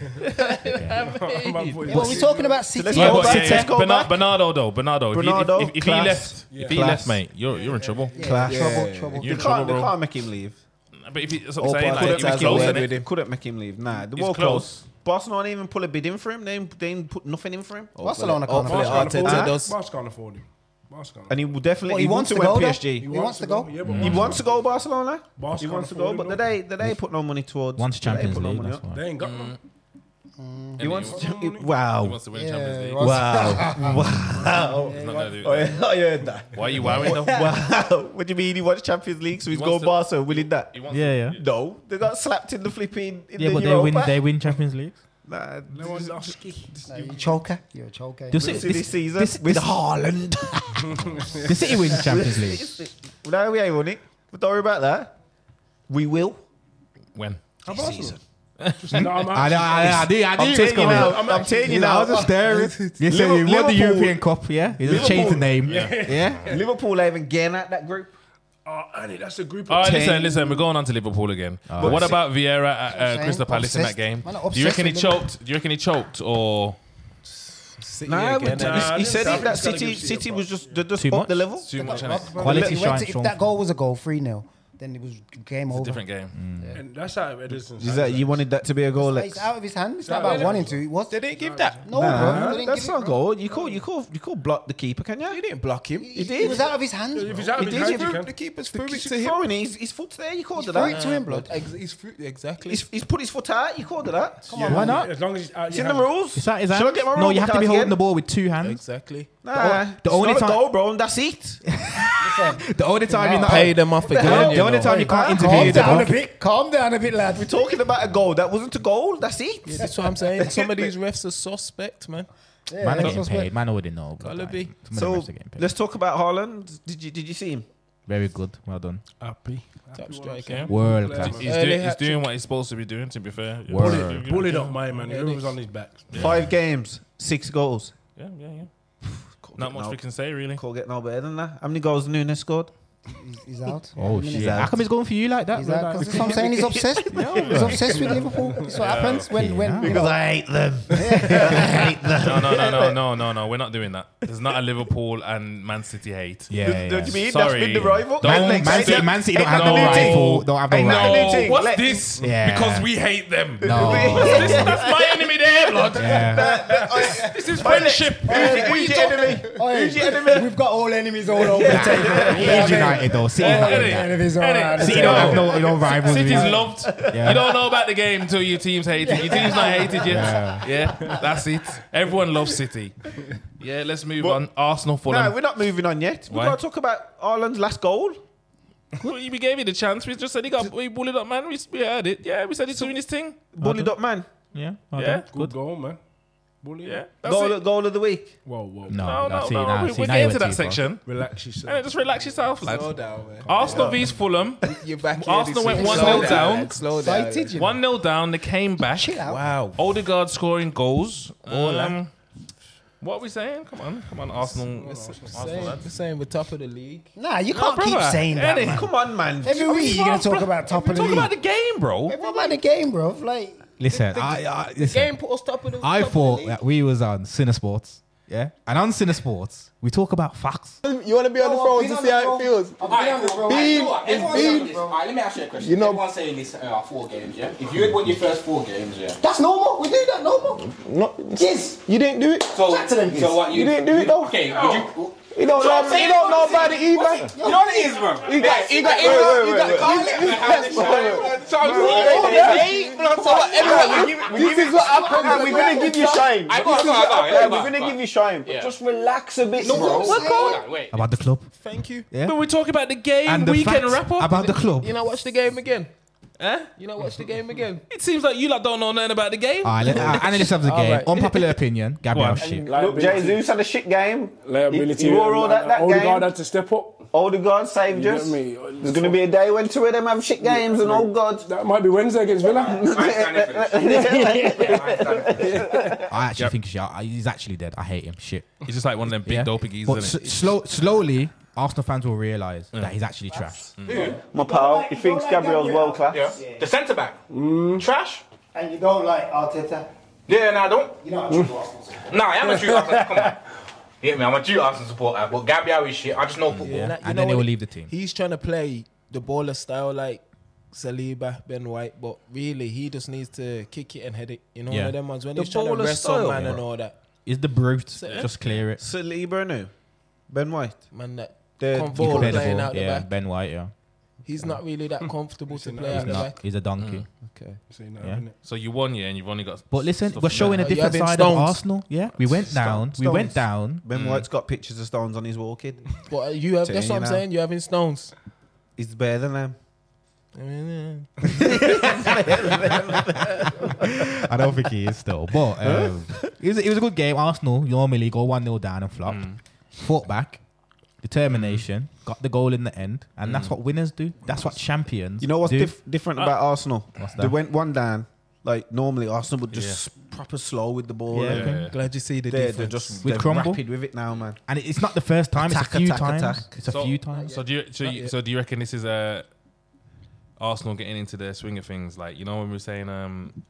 B: Yeah, but we're talking about City.
A: Yeah,
C: go
A: but
C: back.
A: yeah, yeah.
C: Let's go
A: Bernard-
C: back.
A: Bernardo though, Bernardo. If he- if-
C: Bernardo,
A: if, if, he
C: class.
A: left, if he
C: Class.
A: left, mate, you're you're in trouble.
B: Yeah, Trouble, trouble.
A: You're
C: You
A: in trouble,
C: can't, they
A: bro.
C: can't make him leave.
A: But if he, that's what I'm
C: Or
A: saying. Like, he
C: couldn't,
A: was
C: make him
A: close,
C: leave.
A: innit?
C: couldn't make him leave. Nah, the
A: He's
C: wall
A: close.
C: close. Barcelona didn't even pull a bid in for him. They didn't, they didn't put nothing in for him.
F: Oh,
B: Barcelona can't
G: Hopefully,
B: afford
J: Barcelona
G: Arteta
C: Huh?
G: does.
J: Mars can't afford him. Mars can't.
C: And he will definitely.
B: Well, he wants to
C: went
B: go. though.
C: PSG.
B: He wants to go.
J: Yeah, but
C: He wants to go Barcelona.
J: Barca
C: he wants to
J: can't
C: go,
J: afford
C: but
J: him,
C: they they put no money towards.
F: Once
C: they
F: Champions
C: put no
F: League.
C: money
F: That's
C: on-
F: why.
J: they ain't got none.
F: He wants to,
C: Oh.
F: wow.
A: He wants to win Champions League.
F: Wow. wow.
A: He's not gonna do
C: Oh, yeah,
A: that.
C: oh, yeah, nah.
A: Why are you wowing though?
C: Wow. What do you mean he wants Champions League? So he's
A: He
C: going
A: wants
C: to,
A: to-
C: Barca winning that?
A: wants
F: Yeah, yeah.
C: No, they got slapped in the flipping. In
F: Yeah,
C: the
F: but they
C: Europa.
F: win, they win Champions League.
C: Nah,
B: No one
C: lost.
B: You
H: choker.
B: You're a choker.
F: Do
C: We'll
F: City-
C: see this season
F: this-
C: with
F: this-
C: Haaland.
F: The City wins Champions League.
C: no, we ain't winning. But don't worry about that. We will.
A: When?
J: How about no, I'm
F: I, I, I, I, knew- I, knew
C: I'm
F: it was
C: telling you
F: coming.
C: now. I'm telling you
F: I was
C: now.
F: just staring. You said you won the European Cup, yeah? You just changed the name. Yeah.
C: Liverpool ain't even getting at that group.
J: Oh, Annie, that's a group of
A: All right,
J: ten.
A: listen, listen. We're going on to Liverpool again. But what about Vieira at uh,
B: saying,
A: Crystal Palace in
B: obsessed.
A: that game?
B: Man,
A: Do you reckon he
B: obsessed with
A: choked? Do you reckon he choked or
G: City
C: Nah, but
G: again, innit?
J: Nah,
C: he, he
J: this
C: said
J: Southgate's
C: that
J: gotta
C: City
J: give City a
C: City
J: break.
C: was just they're just
F: Too
C: up
F: much?
C: the level.
A: too much? innit?
B: But
F: Quality
B: if it went
F: shine
B: to-
F: from-
B: If that goal was a goal, 3 0, then it was game over.
A: Different game.
J: And that's how Edison.
C: Is that you wanted that to be a goal?
B: It's out of his hand. It's not about
J: yeah.
B: wanting to. It was.
C: They didn't give that.
B: No, bro. They didn't
C: That's
B: give it,
C: not a
B: bro.
C: goal. You call you call you call block the keeper, can you? You didn't block him. You
B: It
C: did.
B: was out of his hands.
J: If
B: bro.
J: he's out of
C: He
J: his
C: did,
J: hands,
C: you
J: he
C: threw-
J: can.
G: The keeper's threw it
C: He's
G: to him.
C: throwing it. He's, his foot's there. You called it
B: threw it
C: that.
B: to him, blood.
G: Ex- He's threw, exactly.
C: He's, he's put his foot out. You called it that.
B: Come on, man.
F: not?
J: As long as he's out
C: It's
J: your
C: in the
J: hand.
C: rules.
F: Is that, is
C: Shall I
F: that,
C: get my
F: no,
C: wrong
F: you have to be
C: cards
F: holding
C: again?
F: the ball with two hands.
G: exactly.
C: Nah,
F: the
C: it's
F: only
C: not a
F: time-
C: goal, bro, and that's it.
F: The only time you're not.
G: Pay them off again.
F: the
G: you
F: the only
G: know.
F: time you can't
B: Calm
F: interview
B: down a
F: them.
B: bit. Calm down a bit,
C: We're
B: lad.
C: talking about a goal. That wasn't a goal. That's it.
G: Yeah, that's what I'm saying. Some of these refs are suspect, man.
B: Yeah,
F: Man are
B: that's
F: getting
B: what's meant.
F: paid. Man already know.
G: Gotta
F: like,
G: be.
F: some of the
C: So
F: refs are getting paid.
C: let's talk about Haaland. Did you did you see him?
F: Very good. Well done.
J: Happy.
G: Top striker.
F: World class.
A: He's,
G: Early
A: do, he's
G: hat-trick.
A: doing what he's supposed to be doing. To be fair, Yeah.
F: Word.
A: Yeah, yeah,
J: Bullied up, my man. Whoever was on his back.
C: Five games, six goals.
A: yeah, yeah, yeah.
C: Can't
A: Not
C: get
A: much
C: no-
A: we can say really.
C: Can't get no better than that. How many goals Nunes scored?
B: He's- He's out.
F: Oh,
B: He's
F: shit.
B: out.
F: How come he's going for you like that?
B: He's
F: bro?
B: out. 'Cause That's what I'm saying. He's obsessed. He's obsessed with Liverpool. That's what happens when when you know,
C: I hate them.
A: No, no, no, no, no, no, no. We're not doing that. There's not a Liverpool and Man City hate.
F: Yeah, yeah,
C: Don't you
F: yeah.
C: mean
A: Sorry.
C: that's been the rival?
A: Don't-
F: Man, Man,
A: Ain't
F: City,
A: that-
F: Man City don't
A: ain't
F: have
A: that
F: no
A: the new team?
F: rival. Don't have no
A: Ain't that the new
F: rival.
A: team? What's
C: Let-
A: this?
F: Yeah.
A: Because we hate them.
F: No.
A: This- that's my enemy there, blood.
F: Yeah.
A: This is friendship.
C: Who's your enemy?
B: Oi, We've got all enemies all over the table.
F: It is United though. City not in that.
B: Enemies all
A: Eddie,
B: around the
A: City
F: City
B: table.
F: don't have no, you know, rivals.
A: City's
F: really.
A: loved.
F: Yeah.
A: You don't know about the game until your team's hated. Your team's not hated yet. Yeah, that's it. Everyone loves City. Yeah, let's move on. Arsenal,
C: No,
A: Fulham.
C: we're not moving on yet. We've
A: Why?
C: got to talk about Ireland's last goal.
A: Well, we gave you the chance. We just said he got we bullied up, man. We, we heard it. Yeah, we said he's doing his thing.
C: Bullied up man.
F: Yeah. well
A: Yeah.
F: done.
J: Good goal, man. Bullied.
A: Yeah, that's
C: Goal,
A: it.
C: goal of the week.
J: Whoa, whoa.
F: No,
A: No,
F: no,
A: Oh, no,
F: see,
A: no.
F: nah,
A: we,
F: see,
A: we're
F: now
A: getting
F: you went
A: to
F: too
A: that
F: far.
A: section.
J: Relax
A: Yeah,
J: yourself.
A: just relax yourself, lad.
G: Slow down, man.
A: Arsenal vs Fulham.
G: You're back here
A: Arsenal
G: this
A: went
G: season.
A: 1-0
G: Slow
A: down.
G: lad, Slow down.
B: Excited, you know.
A: One 0 down. They came back.
B: Chill out.
G: Wow.
A: Odegaard scoring goals.
G: lad.
A: Um, what are we saying? Come on, come on, Arsenal. Arsenal,
G: Saying,
A: lad.
G: saying we're top of the league.
B: Nah, you can't keep
A: brother.
B: saying that.
A: Eddie,
B: man.
C: Come on, man.
B: Every week you're gonna talk about top of the
A: Talk about
B: league.
A: the game, bro.
B: What about the game, bro? Like
F: Listen, I, I, listen,
G: put us top of the
F: I thought that we was on Cinesports. Yeah. And on Cinesports, we talk about facts.
K: You want to be on the phone to see how it feels? Beam
D: Everyone's
K: is
D: saying
K: beam.
D: this. Alright, let me ask you a question.
K: You know-
D: Everyone's saying this uh, four games, yeah? If you had won your first four games, yeah?
H: That's normal. We do that normal.
K: No,
H: Yes.
K: you didn't do it.
D: So,
H: Chat to them,
D: so what you,
K: You didn't do it, though.
D: Okay, would you?
K: You don't
D: So I'm
K: know. You
D: saying
K: don't know
D: it's
K: about it
D: What's
K: either.
D: it- Oh. You know what it is, bro.
K: You got, you got,
D: Wait, wait,
K: you
D: wait,
K: got,
D: wait.
K: you got,
D: Yes,
K: you got,
D: bro. So I'm
K: Oh,
D: saying, so what, everyone, we give it, we
K: This
D: give
K: is
D: it.
K: what happens. We're gonna give you shine.
D: I got, I got, I
K: Yeah,
D: got.
K: We're gonna give you shine.
D: Yeah.
K: But just relax a bit, bro.
D: Wait.
F: About the club.
G: Thank you.
A: But we talk about the game
F: And the
A: weekend
F: facts
A: wrap up.
F: About the club.
G: You know, watch the game again. Huh? You know, watch the game again.
A: it seems like you lot don't know nothing about the game.
F: All right, let, uh, analysts have the game.
G: right.
F: Unpopular opinion, Gabriel
A: on.
F: shit.
K: Look, Jesus had a shit game.
J: Liability.
K: He wore all that that
J: Odegaard
K: game.
J: had to step up.
K: Odegaard saved
J: You get
K: us.
J: me?
K: There's gonna be a day when two of them have shit games, and oh god.
J: That might be Wednesday against Villa.
D: Mine's standing for this. Mine's standing for this.
F: I actually think he's, he's actually dead. I hate him. Shit.
A: He's just like one of them big
F: Yeah.
A: dopey geezers.
F: But
A: isn't
F: s- slow, slowly, Arsenal fans will realise that he's actually trash.
K: My pal, he thinks Gabriel's world class.
D: The centre back.
H: Mm.
D: Trash.
H: And you don't like Arteta.
D: Yeah, no, I don't.
H: You know how to Arsenal.
D: No, I am a true Arsenal. Come on. Yeah, man, I'm a true Arsenal supporter, but Gabriel is shit. I just know football.
G: And, that- you
F: Mm. And
G: know
F: then he will
G: what?
F: leave the team.
G: He's trying to play the baller style like Saliba, Ben White, but really he just needs to kick it and head it. You know,
F: Yeah.
G: one of them ones when
C: The
G: he's trying to
C: baller
G: wrestle
C: style,
G: man
C: bro.
G: and all that.
F: Is the brute. Just clear it.
C: Saliba and who? Ben White.
G: Man, that
C: The-
F: You
G: Convola
F: play the
G: playing
F: ball.
G: out the
F: yeah,
G: back.
F: Ben White, yeah.
G: He's not really that comfortable to play
F: He's
G: out the
F: not.
G: back.
F: He's a donkey.
G: Okay.
J: See,
F: Yeah.
A: So you won, yeah, and you've only got.
F: But listen,
A: stuff
F: we're
A: in
F: showing
A: there.
F: a different side of Arsenal. Yeah, we went down. We went down.
K: Ben White's got pictures of stones on his wall, kid.
G: But uh, you have. That's what I'm saying. You're having stones.
K: He's better than them.
G: I mean,
F: I don't think he is still, but um, it, was, it was a good game. Arsenal normally go 1 0 down and flop. Fought back, determination, got the goal in the end, and that's
K: Mm.
F: what winners do. That's what champions
K: You know what's
F: do.
K: diff-
D: Uh.
K: different about Arsenal?
F: What's
K: They
F: that?
K: went one down. Like normally, Arsenal would just
F: Yeah.
K: s- proper slow with the ball.
F: Yeah,
K: and-
F: okay. Yeah. Glad you see the
K: they're, They're
F: difference.
K: just
F: With
K: they're
F: Crumble?
K: rapid with it now, man.
F: And it- it's not the first time, it's a few times. It's a few times.
A: So do you, so, you, so do you reckon this is uh, Arsenal getting into their swing of things? Like you know when we were saying, um,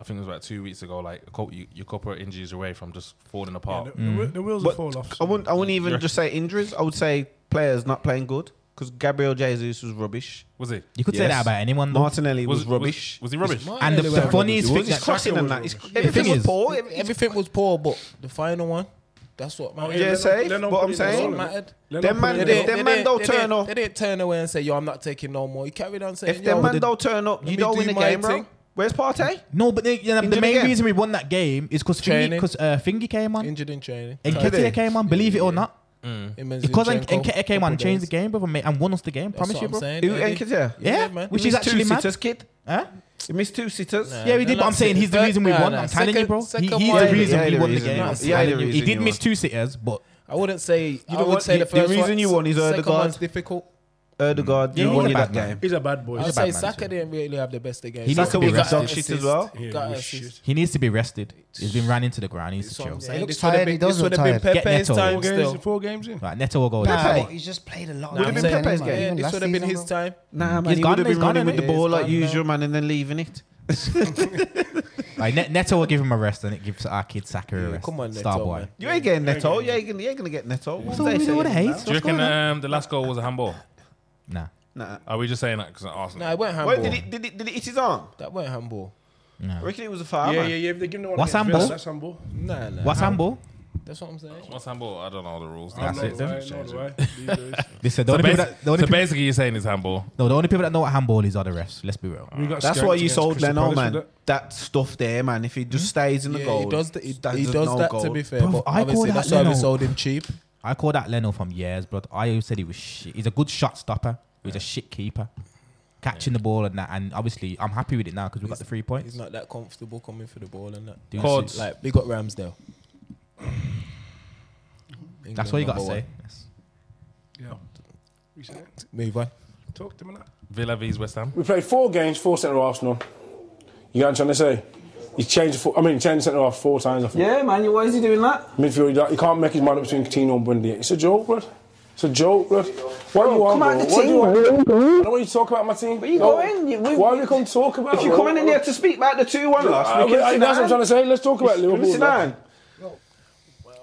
A: I think it was about two weeks ago, like a couple, you, your couple of injuries away from just falling apart.
L: the- the Mm. whe- the wheels will
K: But
L: fall off
K: I wouldn't. I wouldn't
A: You
K: even
A: reckon-
K: just say injuries. I would say players not playing good because Gabriel Jesus was rubbish.
A: Was he?
F: You could say that about anyone, though.
K: Martinelli was,
F: Was- was-
K: rubbish.
A: was he rubbish?
F: And the- the funniest
K: He was.
F: thing
K: His
F: that-
K: crossing and that.
F: was
K: his-
F: rubbish.
K: Everything
F: The thing
K: was
F: is-
K: poor.
G: yeah. Everything was poor, but the final one. That's what mattered.
K: yeah, say. But I'm saying,
G: That's what mattered.
K: them man, if them man don't
G: they
K: turn
G: didn't-
K: up,
G: They didn't turn away and say, "Yo, I'm not taking no more." He carried on saying,
K: if
G: "Yo,
K: them man don't turn up,
G: let
K: you
G: me
K: don't
G: do
K: win the
G: my
K: game, bro.
G: thing."
K: Where's Partey?
F: No, but the, yeah, the
K: Injured
F: main
K: again.
F: reason we won that game is because
K: Training.
F: because uh, Thingy came on,
G: injured in training,
F: Enketia came on. Believe it or not,
G: Mm. It means
F: because
G: Zinchenko,
F: Enketia came on, and
G: couple
F: changed the
G: days.
F: game, brother, mate, and won us the game.
G: That's
F: Promise
G: what
F: you,
G: I'm
F: bro.
G: saying,
K: Who
G: yeah, they-
K: Enketia?
F: Yeah,
G: yeah, man.
F: which
K: He
F: is
K: missed two
F: actually mad.
K: sitters, kid.
F: Huh?
K: He missed two sitters.
F: Yeah, we did, but I'm saying he's the reason we won. I'm telling you, bro. He, he's the reason we won the game. I'm telling you. He did miss two sitters, but
G: I wouldn't say. You
K: You
G: I
K: know
G: would
K: what?
G: say
K: The
G: the first
K: reason
G: one,
K: you won is
G: second
K: Odegaard.
G: one's difficult.
K: Erdegaard,
L: Yeah,
K: you
L: he's
K: won
L: a
K: in
L: bad
K: that game.
L: man. He's a bad boy.
G: I'd say Saka didn't really have the best of games.
F: He needs to be
G: got
F: rested.
G: an assist.
K: Shit as well.
G: Got
L: Yeah,
G: an
L: he
G: assist.
F: he needs to be rested. He's been ran into the ground. He needs to
G: what I'm
F: chill.
G: saying.
B: He looks
G: This would've
B: tired.
G: been-
B: He does
G: this
B: look
G: would've been
F: tired. Get
G: Pepe's
F: Neto.
G: time
F: Four games-
G: still.
L: Four games in.
F: Right, Neto will go.
B: Nah,
F: there.
B: but he's just played a lot.
G: Nah,
B: of
G: I'm
B: games, hasn't
G: saying
B: he,
G: Pepe's
B: man?
G: game.
B: Even
G: This
B: last
G: would've been
B: season,
G: his
B: man.
G: time.
K: Nah, man,
F: He's
K: he
F: gone,
K: would have
F: he's
K: been
F: gone,
K: running with
F: innit?
K: the ball
G: He's
K: like
G: gone now.
K: usual, man, and then leaving it.
F: Right, Net- Neto will give him a rest, and it gives our kid Saka a rest.
G: come on, Neto,
F: Star
G: man.
F: boy.
K: You ain't getting Neto. You ain't gonna, you ain't gonna get Neto. What
F: So
K: they
F: what do you
K: saying?
F: wanna hate?
A: Do you
F: What's going
A: reckon
F: on?
A: um, the last goal was a handball?
F: Nah.
K: Nah.
A: Are we just saying that because Arsenal?
G: Nah, it weren't
K: Wait,
G: handball.
K: did it, did it, did it hit his arm?
G: That weren't handball.
K: I reckon it was a foul,
L: Yeah,
K: man.
L: yeah, yeah. If they give him the one
F: What's
L: against
F: handball?
L: Villa, That's handball.
G: Nah, nah.
F: What's handball?
G: That's what I'm saying.
A: What's handball? I don't know the rules.
F: That's
A: I'm
F: it,
A: not-
F: then.
A: I'm not
L: Nor do I,
A: changing.
L: these days.
F: Listen, the
A: So,
F: only people
A: basi-
F: that- the only
A: so
F: people-
A: basically, you're saying it's handball.
F: No, the only people that know what handball is are the refs. Let's be real.
L: We got
K: That's
L: skunked
K: why you
L: against
K: sold
L: Crystal
K: Leno,
L: Palace
K: man.
L: with that.
K: That stuff there, man. If he just stays in the
G: Yeah,
K: goal,
G: he does. The, he,
K: that
G: he
K: does
G: does
K: no
G: that to
K: goal.
G: be fair,
F: Bruv,
G: but
F: I call
G: obviously
F: that
G: that's why we
F: Leno.
G: sold him cheap.
F: I called out Leno from years, bro. I always said he was shit. He's a good shot stopper. He's a shit keeper. Catching the ball and that. And obviously, I'm happy with it now because we got the three
G: He's
F: points.
G: not that comfortable coming for the ball and that.
F: Dude,
A: Cords.
G: Like big up Ramsdale.
F: That's what you got to
G: England number
F: say. Yes.
L: Yeah. We said it.
G: one. Move on.
L: Talk to him and that.
A: Villa vs West Ham.
J: We played four games, four centre Arsenal. You know what I'm trying to say? He changed. the Four, I mean, he changed centre half four times. I think.
I: Yeah, man. Why is he doing that?
J: Midfield, he don't- he can't make his mind up between Coutinho and Bundy. It's a joke, blood. It's a joke, blood. Why do you want,
I: come out
J: bro?
I: the
J: Why do you
I: team,
J: want? I don't want you to talk about my team. But
I: you go in, you- we-
J: Why do you come talk about?
I: If you
J: bro?
I: come in and you have to speak about the two-one loss,
J: Ah,
I: we can
J: well,
I: sit
J: that's what I'm
I: down.
J: trying to say. Let's talk about
I: Can we
J: Liverpool.
I: sit
J: bro.
I: down?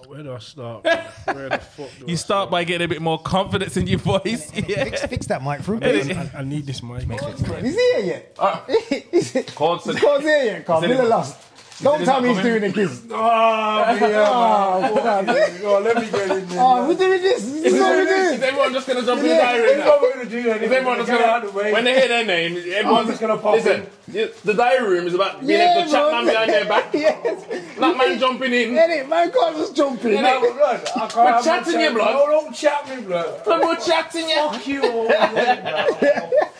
L: Where do I start? Where the fuck do
A: You start by getting a bit more confidence in your voice.
B: Fix,
A: Yeah.
B: fix that mic for him.
A: Hey,
L: I, I, I need this mic.
B: Is he here yet? Is he-
A: Cords.
B: He's called here yet, Carl.
A: Is anyone-
B: Villa lost. Don't
A: anyone
B: tell me he's
A: coming?
B: doing the kiss.
L: Oh, yeah, man. Oh, let me get in there.
B: Oh, we're doing this. This is what we do.
A: everyone just gonna jump in the
B: Yeah,
A: diary now?
L: What we're gonna do then
A: Is everyone just
L: get out
A: gonna
L: of the way.
A: when they hear their name? Everyone's
L: just gonna pop
A: Listen, you- the diary room is about being
B: Yeah,
A: able to chat man
B: man.
A: behind their back.
B: Yes.
A: That man jumping in.
B: Get it? Man, God was jumping.
L: No, but blood, I can't have my
A: chatting
L: chat.
A: here, blood.
L: No, don't chat me, blood.
A: Some more chatting, yeah.
L: Fuck you all. blood.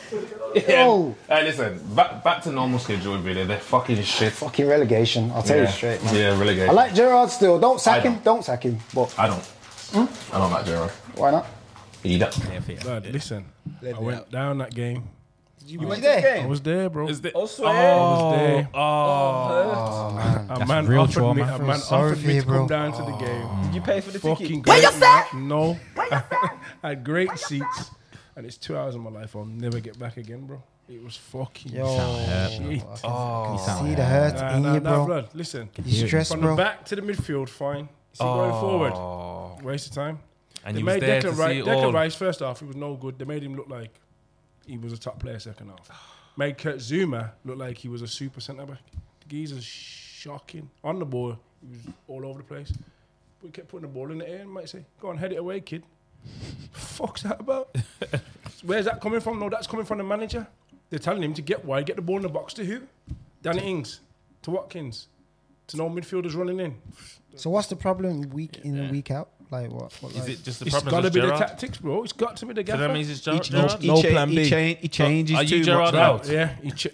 A: Yeah.
B: Oh.
A: Hey, listen, back, back to normal schedule with Villa. They're fucking shit.
B: Fucking relegation. I'll tell you straight, man.
A: Yeah, relegation.
B: I like Gerard still. Don't sack
A: I don't.
B: him. Don't sack him. But
A: I don't. I don't like Gerard.
B: why not?
A: He don't.
L: Blood, listen. I went down that game.
B: You went there.
L: I was there, bro.
A: Is the,
L: I
A: oh,
L: was there.
A: oh.
L: a
F: That's
L: man
F: real
L: offered
F: trauma.
L: me,
F: I
L: a
F: feel
L: man
B: sorry
L: offered
B: for
L: me
B: you,
L: to
B: bro.
L: come down to the game.
K: You pay for the ticket.
L: Fucking great. seat. No. I had great seats, and it's two hours of my life I'll never get back again, bro. It was fucking shit.
B: You Oh, see the hurt
L: Nah,
B: in
L: nah,
B: you,
L: nah,
B: bro.
L: blood. Listen,
B: You stressed,
L: from
B: bro.
L: the back to the midfield, fine. See going forward,
A: Oh.
L: waste of time.
A: And
L: they
A: you was
L: made
A: there to
L: Declan, Rice,
A: see oh, it
L: Declan
A: all.
L: Rice first half. He was no good. They made him look like he was a top player second half. Made Kurt Zuma look like he was a super centre back. Geezer's shocking on the ball. He was all over the place. We kept putting the ball in the air and might say, "Go on, head it away, kid." Fuck's that about? Where's that coming from? No, that's coming from the manager. They're telling him to get wide, get the ball in the box to who? Danny Ings, to Watkins, to no midfielders running in.
B: So what's the problem week in and week out? Like what? what
A: Is
B: like-
A: it just the
L: It's
A: problems
L: gotta
A: with
L: be the
A: Gerrard?
L: tactics, bro. It's got to be the
A: So that
L: gaffer.
A: means it's Ger-
L: no,
A: Gerrard?
L: no
A: He cha-
L: plan
A: he
L: B.
A: cha- he changes Are you too much Gerrard now. out?
L: Yeah, he ch-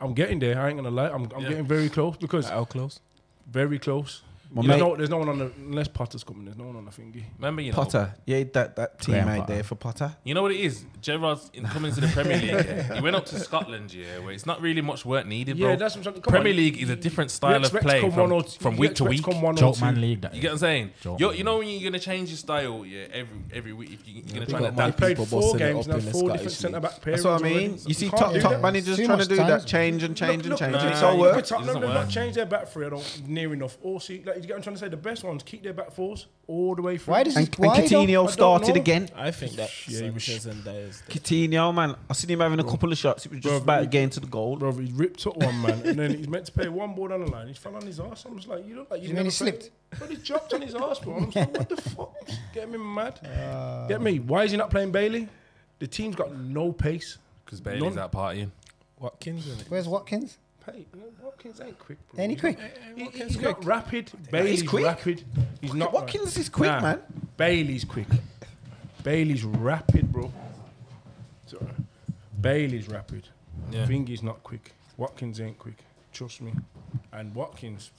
L: I'm getting there. I ain't gonna lie. I'm, I'm
A: Yeah.
L: getting very close because how
G: close?
L: Very close.
K: My
L: You know,
K: mate-
L: no, there's no one on the unless Potter's coming. There's no one on the thingy.
A: Remember, you know-
K: Potter. Yeah, that, that
A: Graham
K: teammate
A: Potter.
K: there for Potter.
A: You know what it is? Gerard's in, coming into the Premier League. yeah. He went up to Scotland, yeah, where it's not really much work needed, bro.
L: Yeah, that's what I'm saying. Come
A: Premier
L: on.
A: League is a different style of
L: expect
A: play
L: to come
A: from,
L: 102
A: from
L: you
A: week to
L: expect
A: week.
L: to come 102. Joke man
F: league, that
A: You get what I'm saying?
F: Joke
A: You're, you know when you're gonna change your style, yeah, every every week. If you- you're gonna
L: They
A: try
L: got
A: and
L: my
A: adapt.
L: people Played four busting it games up now, in the four Scottish different League. centre-back
K: That's what I
L: pairings
K: mean.
L: already.
K: You see
L: You can't
K: top
L: do
K: top
L: that.
K: managers
L: Too
K: trying to
L: much
K: do
L: time.
K: that, change and change
L: Look, look,
K: and change.
L: look, look,
K: it's all
L: look at
K: work.
L: Tottenham, they've not changed their back three. I don't near enough. Or see, like you get what I'm trying to say. The best ones keep their back fours all the way through.
K: Why does And- this- and why Coutinho don't- I don't started know. again.
G: I think that
L: Yeah, he was-
G: Sanchez and Diaz.
K: Coutinho, man. I seen him having a couple of shots. It was just
L: Bro,
K: about
L: he-
K: getting to the goal.
L: Bro, he ripped up one man, and then he's meant to play one ball down the line. He fell on his ass. I was like, you look like you
B: You mean
L: never
B: he
L: played-
B: slipped?
L: But he dropped on his ass, bro. I was like, what the fuck? Get me mad.
A: Ah.
L: Get me. Why is he not playing Bailey? The team's got no pace.
A: Because Bailey's out partying.
G: Watkins, isn't it?
B: Where's Watkins?
L: Watkins ain't quick. Bro.
B: Ain't he quick?
L: He- he's not rapid. Bailey's
B: quick.
L: rapid. He's not.
K: Watkins is quick,
L: Nah,
K: man.
L: Bailey's quick. Bailey's rapid, bro. Sorry. Bailey's rapid.
A: Yeah.
L: Vingy's not quick. Watkins ain't quick. Trust me. And Watkins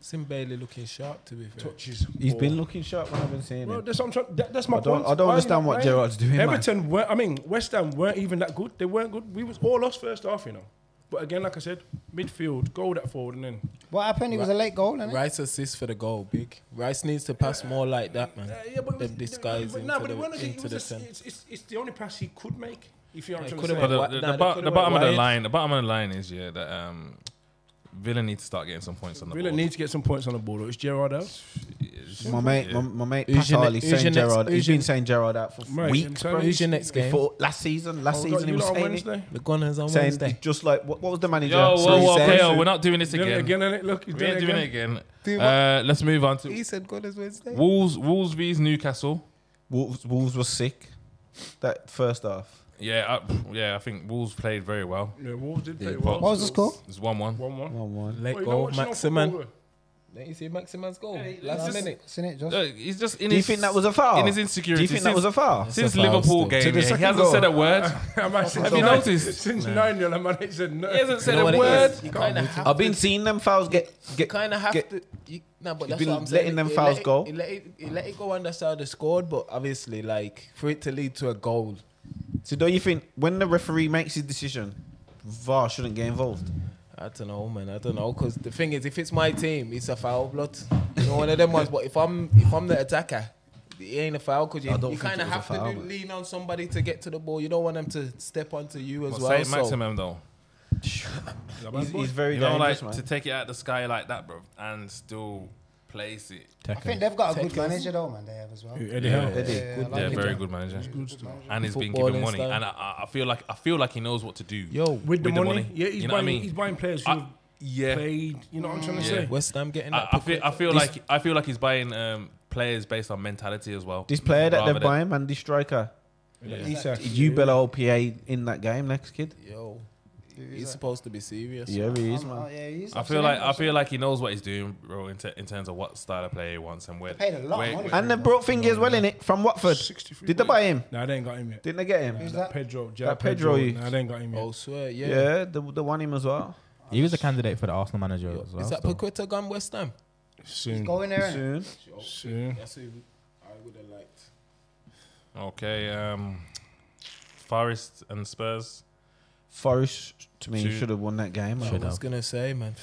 G: Sim Bailey looking sharp to be fair.
L: touches.
K: He's
L: ball.
K: been looking sharp when I've been seeing
L: Bro,
K: him.
L: that's, what I'm trying, that, that's my
K: I don't-
L: point.
K: I don't
L: Why
K: understand
L: not
K: what
L: playing?
K: Gerrard's doing, man.
L: Everton, were, I mean, West Ham weren't even that good. They weren't good. We was all us first half, you know. But again, like I said, midfield, goal that forward, and then
B: What happened? It was a late goal, and
G: Rice assist for the goal, big. Rice needs to pass more like that, man.
L: yeah, but
G: Them disguys
L: But
G: into
L: no, but it
G: the,
L: wasn't. It
G: into
L: was
G: the
L: just,
G: centre.
L: it's, it's, it's the only pass he could make. If you know what I'm
G: He
L: trying
G: could've
L: to
A: But the, the,
L: say.
G: Wa- nah,
A: the,
G: they
A: bo-
G: could've
A: the
G: went
A: bottom of the
G: wide.
A: line, the bottom of the line is yeah that um, Villa need to start getting some points on the
L: Villa
A: board.
L: need to get some points on the board. Or it's Gerard out.
K: My mate, my, my mate,
L: Who's
K: Pat
L: your ne-
K: Harley,
L: who's
K: saying
L: your next-
K: Gerard.
L: who's
K: He's
L: your-
K: been saying Gerard out for
L: Mate,
K: weeks.
L: can I
K: Bro.
L: tell you- Who's your next game?
K: Before, last season, last
L: Oh, we've got
K: season he
L: you
K: was
L: lot on
K: saying it.
L: Wednesday.
G: The Gunners on
K: saying
G: Wednesday.
K: it's just like what, what was the manager?
A: Yo, whoa, whoa,
K: Said-
A: Kale, we're not doing this
L: Doing
A: again.
L: it again, innit? Look, he's
A: we ain't doing
L: doing
A: it
L: it
A: again.
L: Doing what?
A: Uh, let's move on to
G: He said Gunners Wednesday.
A: Wolves. Wolves vs Newcastle.
K: Wolves, Wolves were sick. That first half.
A: Yeah, I, yeah, I think Wolves played very well.
L: Yeah, Wolves did play
A: Yeah,
L: well.
A: but
B: What was the score?
A: It's one-one.
L: One-one.
K: One-one.
G: Late
L: Well, you know
G: goal,
L: what, you know,
G: Maximan.
L: football,
G: Don't you see Maximan's goal? Last
B: just-
G: minute.
B: Seen it, Josh?
A: Look, Uh, he's just in
K: Do you
A: his,
K: think that was a foul?
A: In his insecurity.
K: Do you think that
A: Since-
K: was a foul?
A: Since
K: It's a foul
A: Liverpool
K: still. To
A: game,
K: the
A: yeah, he
K: second
A: hasn't
K: goal.
A: said a word.
L: I'm actually
A: Have you
L: sorry.
A: noticed?
L: Since 9 0, man, he said no.
A: He hasn't said
G: You know
A: a
G: what it
A: word.
G: is? You kinda have
K: I've
G: to-
K: been seeing them fouls get get
G: kind of have
K: get-
G: to. You, no, but
K: You've
G: that's
K: been
G: what I'm saying.
K: letting them
G: He
K: fouls
G: let it-
K: go.
G: He let it, he let it go, and that's how they scored. But obviously, like for it to lead to a goal,
K: So don't you think when the referee makes his decision, VAR shouldn't get involved?
G: I don't know, man. I don't know because the thing is, if it's my team, it's a foul blood. You know, one of them ones. But if I'm if I'm the attacker, it ain't a foul because you,
K: I don't
G: you
K: think
G: kind of
K: it was a
G: have to
K: foul,
G: do,
K: man.
G: lean on somebody to get to the ball. You don't want them to step onto you as
A: But
G: well.
A: Saint
G: so-
A: Maximum though.
K: He's, he's very
A: You know, like
K: dangerous,
A: to
K: man.
A: take it out of the sky like that, bro, and still place it.
B: I think they've got a good manager though, man. They have as well.
L: Eddie Howe.
B: Yeah,
K: Eddie,
B: yeah,
K: good
B: I
A: Yeah,
B: like him.
A: very good manager. And he's been
G: Footballing
A: given money,
G: style.
A: and I- I, I feel like I feel like he knows what to do.
G: Yo,
L: With the money. Yeah, he's
A: you know what I
L: buying
A: mean.
L: he's buying players
A: I-
L: who
A: yeah.
L: played. You know what I'm trying to
A: Yeah.
L: say?
G: West Ham getting
A: I,
G: that.
A: I feel I feel
G: This-
A: like I feel like he's buying um, players based on mentality as well.
K: This player that
A: Rather
K: they're
A: than-
K: buying, man, this striker,
L: Isak.
K: you better OPA in that game next kid.
G: yo, he's supposed to be serious.
K: Yeah, he is,
B: Um,
K: man.
B: oh, yeah, he's
A: I feel like I feel like he knows what he's doing, bro, in, t- in terms of what style of player he wants and where.
B: paid a lot of
A: where-
B: money.
A: where-
K: And they brought Thingy as well in it from Watford.
L: 63
K: Did they buy him?
L: No, they ain't got him yet.
K: Didn't they get him?
B: Who's that?
L: Pedro.
K: That Pedro, you-
L: No, they ain't got him yet.
G: Oh, swear, yeah.
K: Yeah, they, they won him as well.
F: He was a candidate for the Arsenal manager as well.
G: Is that
F: still.
G: Paqueta gone West Ham?
L: Soon.
B: Go in there. innit?
K: Soon.
L: Soon.
G: That's who I would have liked.
A: Okay, um, Forest and Spurs.
K: Forest to me
A: Soon.
K: should have won that game. man.
G: I was gonna say, man.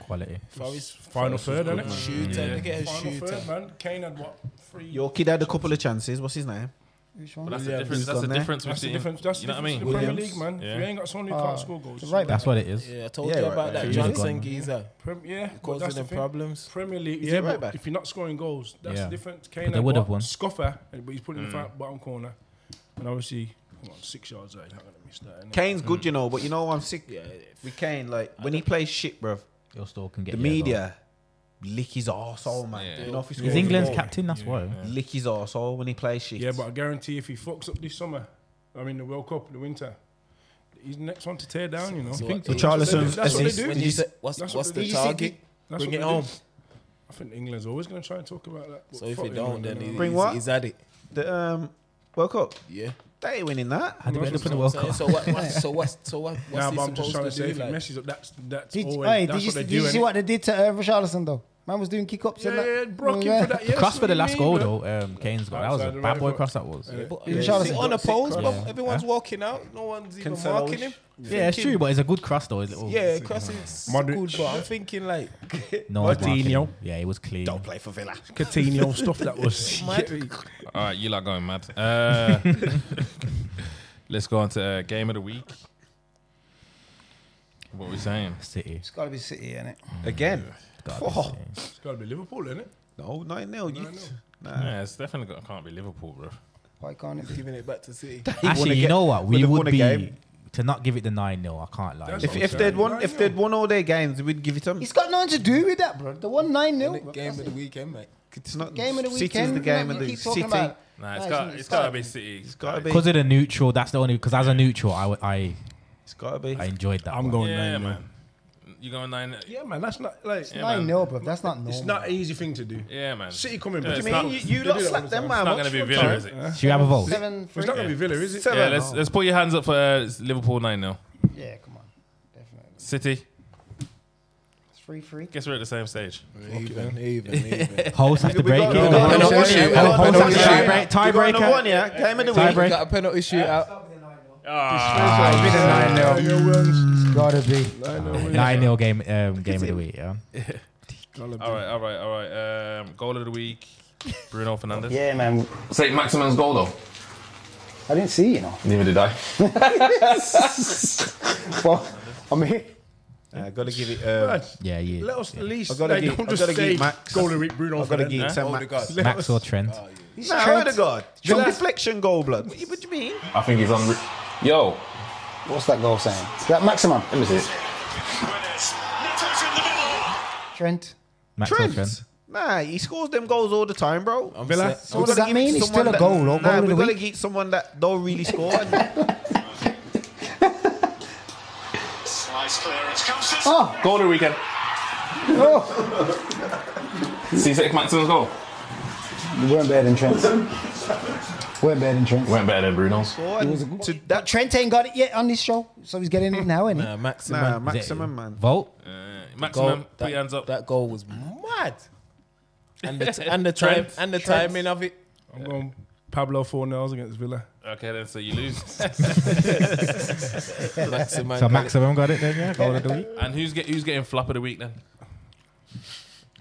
F: quality?
G: Forest
L: Final third,
G: good,
L: innit?
G: man. Shooter,
A: Yeah.
G: they get a
L: Final
G: shooter.
L: third, man. Kane had what? Three.
K: Your kid had a couple of chances. What's his name?
B: Which
A: But
B: one?
A: that's the
K: Yeah,
A: difference. That's
K: who's
A: the
K: gone there?
A: difference
L: That's the
A: between.
L: difference. That's
A: you
L: the
A: know what I mean?
L: difference in the Premier
K: Williams.
L: League, man. If
A: Yeah.
L: you ain't got someone who
B: Oh,
L: can't score goals.
B: the right back.
F: That's what it is.
G: Yeah, I told
K: Yeah,
G: you
K: right,
G: about
K: right.
G: that
K: He's
G: Johnson
F: gone.
G: geezer
L: Prem- Yeah, but
G: causing
L: that's the
G: them
L: thing.
G: problems.
L: Premier League,
K: Is he
L: yeah,
K: a right
L: but
K: back?
L: if you're not scoring goals, that's
F: Yeah.
L: the difference.
F: they
L: Kane had
F: would have
L: what?
F: won.
L: Scoffer, but he's putting in the front bottom corner, and obviously, come on, six yards out, he's not gonna miss that. innit?
K: Kane's good, you know, but you know I'm sick
G: Yeah,
K: with Kane. Like when he plays shit, bruv.
F: Your store can get
K: The
F: you as well.
K: media
C: lick his arsehole, man.
L: Yeah.
C: You know, if he
L: He's
C: scores
F: England's
C: a goal,
F: captain, that's Yeah. why. Yeah.
C: Lick his arsehole when he plays shit.
L: Yeah, but I guarantee if he fucks up this summer, I mean the World Cup in the winter, he's the next one to tear down. You know,
G: So
F: what- Richarlison
L: That's what they
F: assist-
L: do.
F: when you say-
G: what's-
L: That's
G: what's
L: what
G: the
L: they do.
G: target?
L: That's
G: Bring
L: what
G: it
L: they do.
G: home.
L: I think England's always going to try and talk about that. but
G: So if
L: fuck
G: they don't,
L: England,
G: then
L: you know.
G: he-
C: Bring
G: he's,
C: what?
G: He's at it.
C: The um, World Cup.
G: Yeah.
C: They ain't winning that.
F: Had a bit of
G: So
F: the
G: what-
F: World
G: so,
F: Cup.
G: what? what- So what? So what? What's
L: Nah,
G: he
L: but I'm just trying to
G: supposed
L: say
G: to
L: if
G: do?
L: he
G: Like?
L: messes up, that's that's
B: Did,
L: always
B: hey,
L: that's
B: did you,
L: what they
B: did
L: do.
B: you see
L: innit?
B: what they did to uh, Richarlison though? Man was doing kick ups.
L: Yeah,
B: and that.
L: yeah, Brock him for that. Yeah,
F: cross for the
L: what
F: last
L: you
F: goal
L: mean,
F: though. Um, Kane's goal. That was a
L: Outside the
F: bad boy
L: right
F: cross. That was.
L: Yeah.
G: But,
B: Yeah.
G: yeah,
B: Richarlison
G: sit
B: got
G: on a
B: sick,
G: post, but
F: yeah.
G: everyone's walking out. No one's even
C: Cancelo-ish.
G: marking him.
F: Yeah, it's true, but it's a good cross though. His little
G: Yeah, cross is good, but I'm thinking like
F: No one's marking
L: Martinho.
F: him. Yeah, he was clean.
C: Don't play for Villa.
L: Coutinho stuff that was.
G: Mad.
A: All right, you lot going mad. Uh, let's go on to uh, game of the week. What are we saying?
F: City.
B: It's got to be City, innit?
C: Again.
F: Gotta be
C: Oh,
L: It's got to be Liverpool, isn't it?
C: no, 9 0.
L: Nine nil.
C: Nah.
A: Yeah, it's definitely got, can't be Liverpool, bro.
B: Why can't it be?
G: giving it back to City.
C: He won
F: Actually,
C: a
F: you
C: ga-
F: know what?
C: but
F: We
C: they won
F: would
C: a
F: be
C: game.
F: to not give it the nine 0 I can't lie.
L: That's
C: If,
L: what
C: if
L: I'm
C: they'd
L: saying.
C: won,
L: Nine
C: if
L: nil.
C: they'd won all their games, we'd give it to them.
B: It's got nothing to do with that, bro. The one nine 0
G: Game of the weekend, mate.
C: It's not
B: Game of the
C: City's
B: weekend.
C: the game of
B: you
C: the
B: keep talking
C: city.
B: about-
A: Nah, it's
B: Nah,
A: got
B: it's-
A: it's
B: it's
A: got to
B: gotta
A: be
B: be-
A: City. It's
C: gotta be.
F: because of the neutral. That's the only. Because as a neutral, I, would- I
C: It's gotta be.
F: I enjoyed that.
L: I'm
F: one.
L: going
A: Yeah,
L: Oh, nine.
A: man. You going nine?
L: Yeah, man, that's not like
A: Yeah,
B: nine
A: man.
B: 0 bro. That's not normal.
L: it's not an easy thing to do.
A: Yeah, man.
L: City coming
A: Yeah,
L: back.
A: it's not-
C: You, you
L: They do
C: lot
L: that all the
C: slapped them,
L: time.
C: man.
A: It's not gonna be Villa, is it?
F: Should we have a vote?
B: seven.
L: It's not going to be Villa, is it?
A: Yeah, let's let's put your hands up for uh, Liverpool nine 0
B: Yeah, come on, definitely.
A: City.
B: It's free, free.
A: Guess we're at the same stage.
G: Even, even, even.
F: Host have to break it.
C: got a penalty
F: Host
C: shoot.
F: have
C: We got a penalty shoot.
F: to tie break.
C: Another one,
F: Tiebreaker.
C: yeah. Game of the
F: Tie
C: week.
F: break.
G: Got a penalty shootout.
A: Ah,
F: Ah,
L: Ah. nine 0
B: It's got to be.
F: Nine 0 game. Um, game of the week. Yeah.
A: All right, all right, all right. Um, goal of the week, Bruno Fernandez.
K: Yeah, man.
M: St. Maximin's goal, though.
K: I didn't see, you know.
M: Neither did I.
K: Well, I'm here.
C: I gotta give it. Uh,
F: Yeah. Yeah.
L: Let us at
C: I
L: least.
C: gotta
L: they
C: give-
L: don't
C: I
L: just
C: gotta give
L: say
C: Max-
L: goal of the week, Bruno.
C: I gotta give
L: Fernandes.
C: it Oh, to
G: Oh, the
C: Max.
G: guys.
F: Max or Trent.
C: Nah, I heard of God. Some deflection goal, blood. What, do you mean?
M: I think he's on. Re- Yo,
K: What's that goal saying? Is that maximum?
M: let me see it.
B: Trent.
F: Max or Trent.
C: Trent. Nah, he scores them goals all the time, bro.
G: I'm Villa.
K: So what does that mean? It's still a goal, or goal
C: Nah,
K: of
C: we
K: the
C: gotta
K: week.
C: get someone that don't really score. And
K: Oh,
M: Goal of the weekend.
K: oh.
M: See St. Maximin's goal.
K: We weren't better than Trent. weren't better than Trent.
M: Went better than Bruno's.
A: Uh,
C: score and to that
B: Trent ain't got it yet on this show, so he's getting it now, isn't he?
G: Nah, maximum.
C: nah, maximum man.
F: Vote.
A: Uh,
G: goal.
A: maximum.
G: that,
A: Put your hands up.
G: That goal was mad. And the, t- and the time
A: Trent.
G: and the timing of it.
L: I'm going Pablo four nails against Villa.
A: Okay, then so you lose.
G: Maximum.
F: So maximum got it then. Yeah. Goal of the week.
A: and who's get who's getting flop of the week then?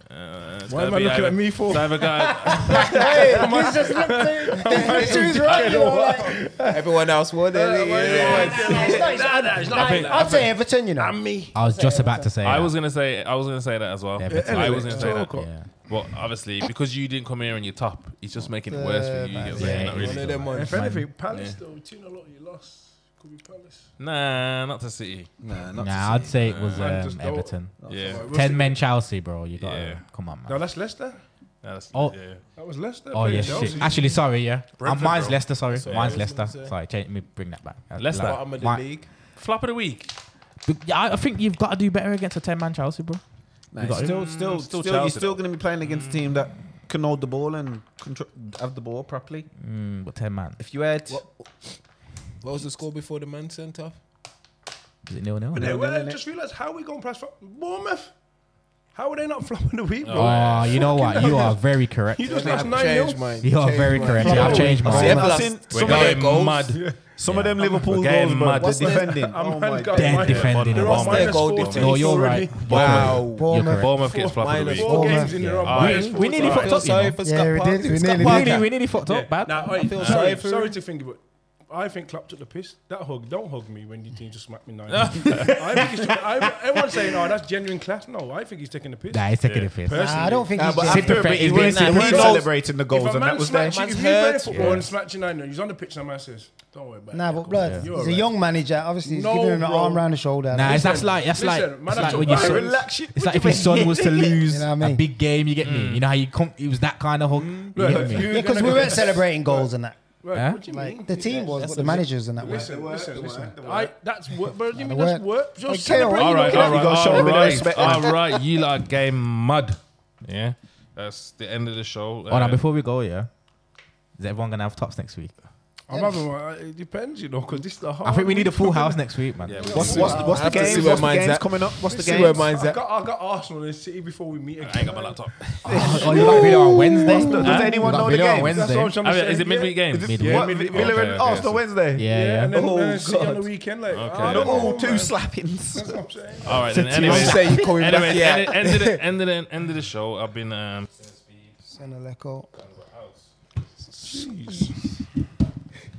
A: Uh, it's
L: Why am
A: gotta
L: I
A: be
L: looking
A: either-
L: at me for?
A: it's either guy.
B: He's just looked to- to his right, you know, like-
G: Everyone else won it. yeah.
B: I'll say Everton, you know.
L: me.
F: I was just about to say.
A: I
F: that.
A: was gonna say I was gonna say that as well.
F: Yeah, but-
A: I was gonna say that.
L: Talk up.
F: Yeah.
A: But obviously, because you didn't come here and you're top, he's just making it worse for you. you get what I'm saying?
F: Yeah,
A: Not really.
F: he's
G: One of them ones.
L: If anything, Palace though, two 0 up, you lost. Could be Palace.
A: Nah, not to City.
C: Nah, not
F: Nah, I'd say it was
L: Man,
F: um,
L: just don't-
F: Everton.
A: yeah,
L: Right, we'll see.
F: Ten men Chelsea, bro. You got
A: Yeah.
F: to come on,
L: No,
F: man.
L: that's Leicester.
A: Nah, that's,
F: Oh.
A: yeah.
L: That was Leicester.
F: Oh yeah,
L: playing
F: shit.
L: Chelsea.
F: Actually, sorry, yeah. Uh,
A: Brentford,
F: mine's
A: bro.
F: Leicester. Sorry, mine's
G: I was
F: Leicester.
G: gonna say.
F: Sorry, change me. Bring that back. Uh,
A: Leicester.
F: like,
G: Bottom of the
F: my-
G: league.
A: Flop of the week.
F: But yeah, I I think you've got to do better against a ten-man Chelsea, bro.
C: Nah,
F: You got
C: still, still,
A: still
C: still,
A: Chelsea
C: you're still
A: though.
C: going to be playing against a team that can hold the ball and contro- have the ball properly.
F: Mm, but ten-man.
C: If you had,
G: What, what was the score before the man sent off?
F: Is it nil-nil?
C: No,
L: Yeah, well,
C: no,
L: I
C: no.
L: just realised how we going past Bournemouth. How are they not flopping the week, bro?
F: Oh, you know what? You are very correct.
L: You just lost
G: I've
L: nine 0
G: changed mine.
F: You are
G: Changed
F: very
G: mine.
F: correct. yeah, I've changed
C: I've seen,
F: mine.
C: I've
G: Plus-
C: seen
A: We're
C: some, of
A: going
C: them, goals,
A: mad.
C: some of them Liverpool
A: We're getting
C: goals, bro.
A: mad.
C: What's
A: What's
C: defending?
L: I'm
C: Oh my
L: got
C: God.
F: Dead
L: mine.
F: defending.
L: They're on
F: Bournemouth.
L: minus
G: Goal
L: 14
G: difference.
F: No, you're
L: already.
F: right. Wow. You're
B: Bournemouth.
F: correct.
A: Bournemouth gets flop of the
G: minus
A: week.
L: Four games
B: Bournemouth,
L: in a
B: yeah.
L: row.
A: Alright, it's
L: minus
F: We
L: four
F: nearly
L: times.
G: I
F: fucked
G: feel
F: up.
G: sorry
F: you know.
G: for
B: Yeah,
G: Scott
B: we
G: Parker.
B: did. We nearly
F: We
B: did
F: nearly-
B: that.
F: we nearly fucked up. Bad.
L: Nah, oi,
G: I feel
L: nah,
G: sorry for-
L: sorry to think about. I think Klopp took the piss. That hug, don't hug me when your team just smacked me nine. I think he's. took- I, everyone's saying, "Oh, that's genuine class." No, I think he's taking the piss.
F: Nah, he's taking the piss. Nah, I don't think Nah, he's but
L: Personally.
F: after a bit, he's been sitting there celebrating the
L: If
F: goals
L: a
F: and
L: man
F: that was
L: smacks
F: there.
L: you- If you
F: Man's
L: play
F: hurt.
L: football
F: Yeah.
L: and smacked you nine, no, he's on the pitch. And a man says, "Don't worry about
B: Nah,
L: it."
B: but blood.
L: You're
B: He's a
L: alright.
B: young manager. Obviously, he's
L: No,
B: giving him an
L: bro.
B: arm round the shoulder.
F: Nah, it's that's like that's
B: Listen,
F: like
B: man,
F: it's
B: that's
F: like when
B: all
F: your
B: right.
F: son,
B: Relax, you-
F: it's
B: what
F: like
B: do
F: if your
B: you mean?
F: son was to lose
B: You know what I
F: a
B: mean?
F: big game, you get me. You know how you come, it was that kind of hug.
L: Mm.
F: You
B: Look,
F: get me?
B: you- Yeah, 'cause we weren't celebrating goals and that.
L: Right,
F: Huh?
L: what do you
B: Like,
L: mean?
B: the team was,
L: That's
B: but the
L: legit.
B: managers and that were.
L: Listen,
B: The
L: listen,
B: work, the
L: listen.
B: work, the
L: I, that's work, bro. You mean
B: the
L: that's
B: work.
L: work? You're
B: Okay,
L: celebrating.
A: All right,
L: You're
A: all right,
L: looking at-
A: all right, all
L: All right.
A: right. You lot are game mud. Yeah, that's the end of the show.
F: Oh, now before we go, yeah, is everyone gonna have tops next week?
L: I'm having one. Uh, It depends, you know, because this is the hard
F: I think we need a full
L: week.
F: house next week, man.
A: Yeah,
K: What's- what's the- what's the game?
F: games?
K: What's the games coming up? What's the
L: Listen,
K: games? See where mine's
L: I
K: at.
L: got, I got Arsenal and City before we meet again. I ain't got my laptop.
F: Oh, you got video on Wednesday.
L: What's the- does
F: Huh?
L: anyone
F: You got
L: know the
F: video on
L: games?
F: Wednesday.
L: That's what I'm
A: Oh,
L: trying to I mean, say. is it midweek Yeah. games?
F: Midweek.
L: Yeah, midweek. Villa and
F: Okay,
L: Arsenal
F: okay.
L: Wednesday?
F: Yeah, yeah.
L: And then,
K: Oh,
L: then City on
K: God.
L: the weekend, like
K: Okay.
L: I don't
K: Not all
C: Oh,
L: know,
K: two
L: man.
K: slappings.
L: That's what I'm saying.
A: All right, then.
K: Team
A: Anyway,
K: say you're coming back,
A: anyway,
K: yeah.
A: end, end of the end of the end of the show. I've been um,
B: Seneleko.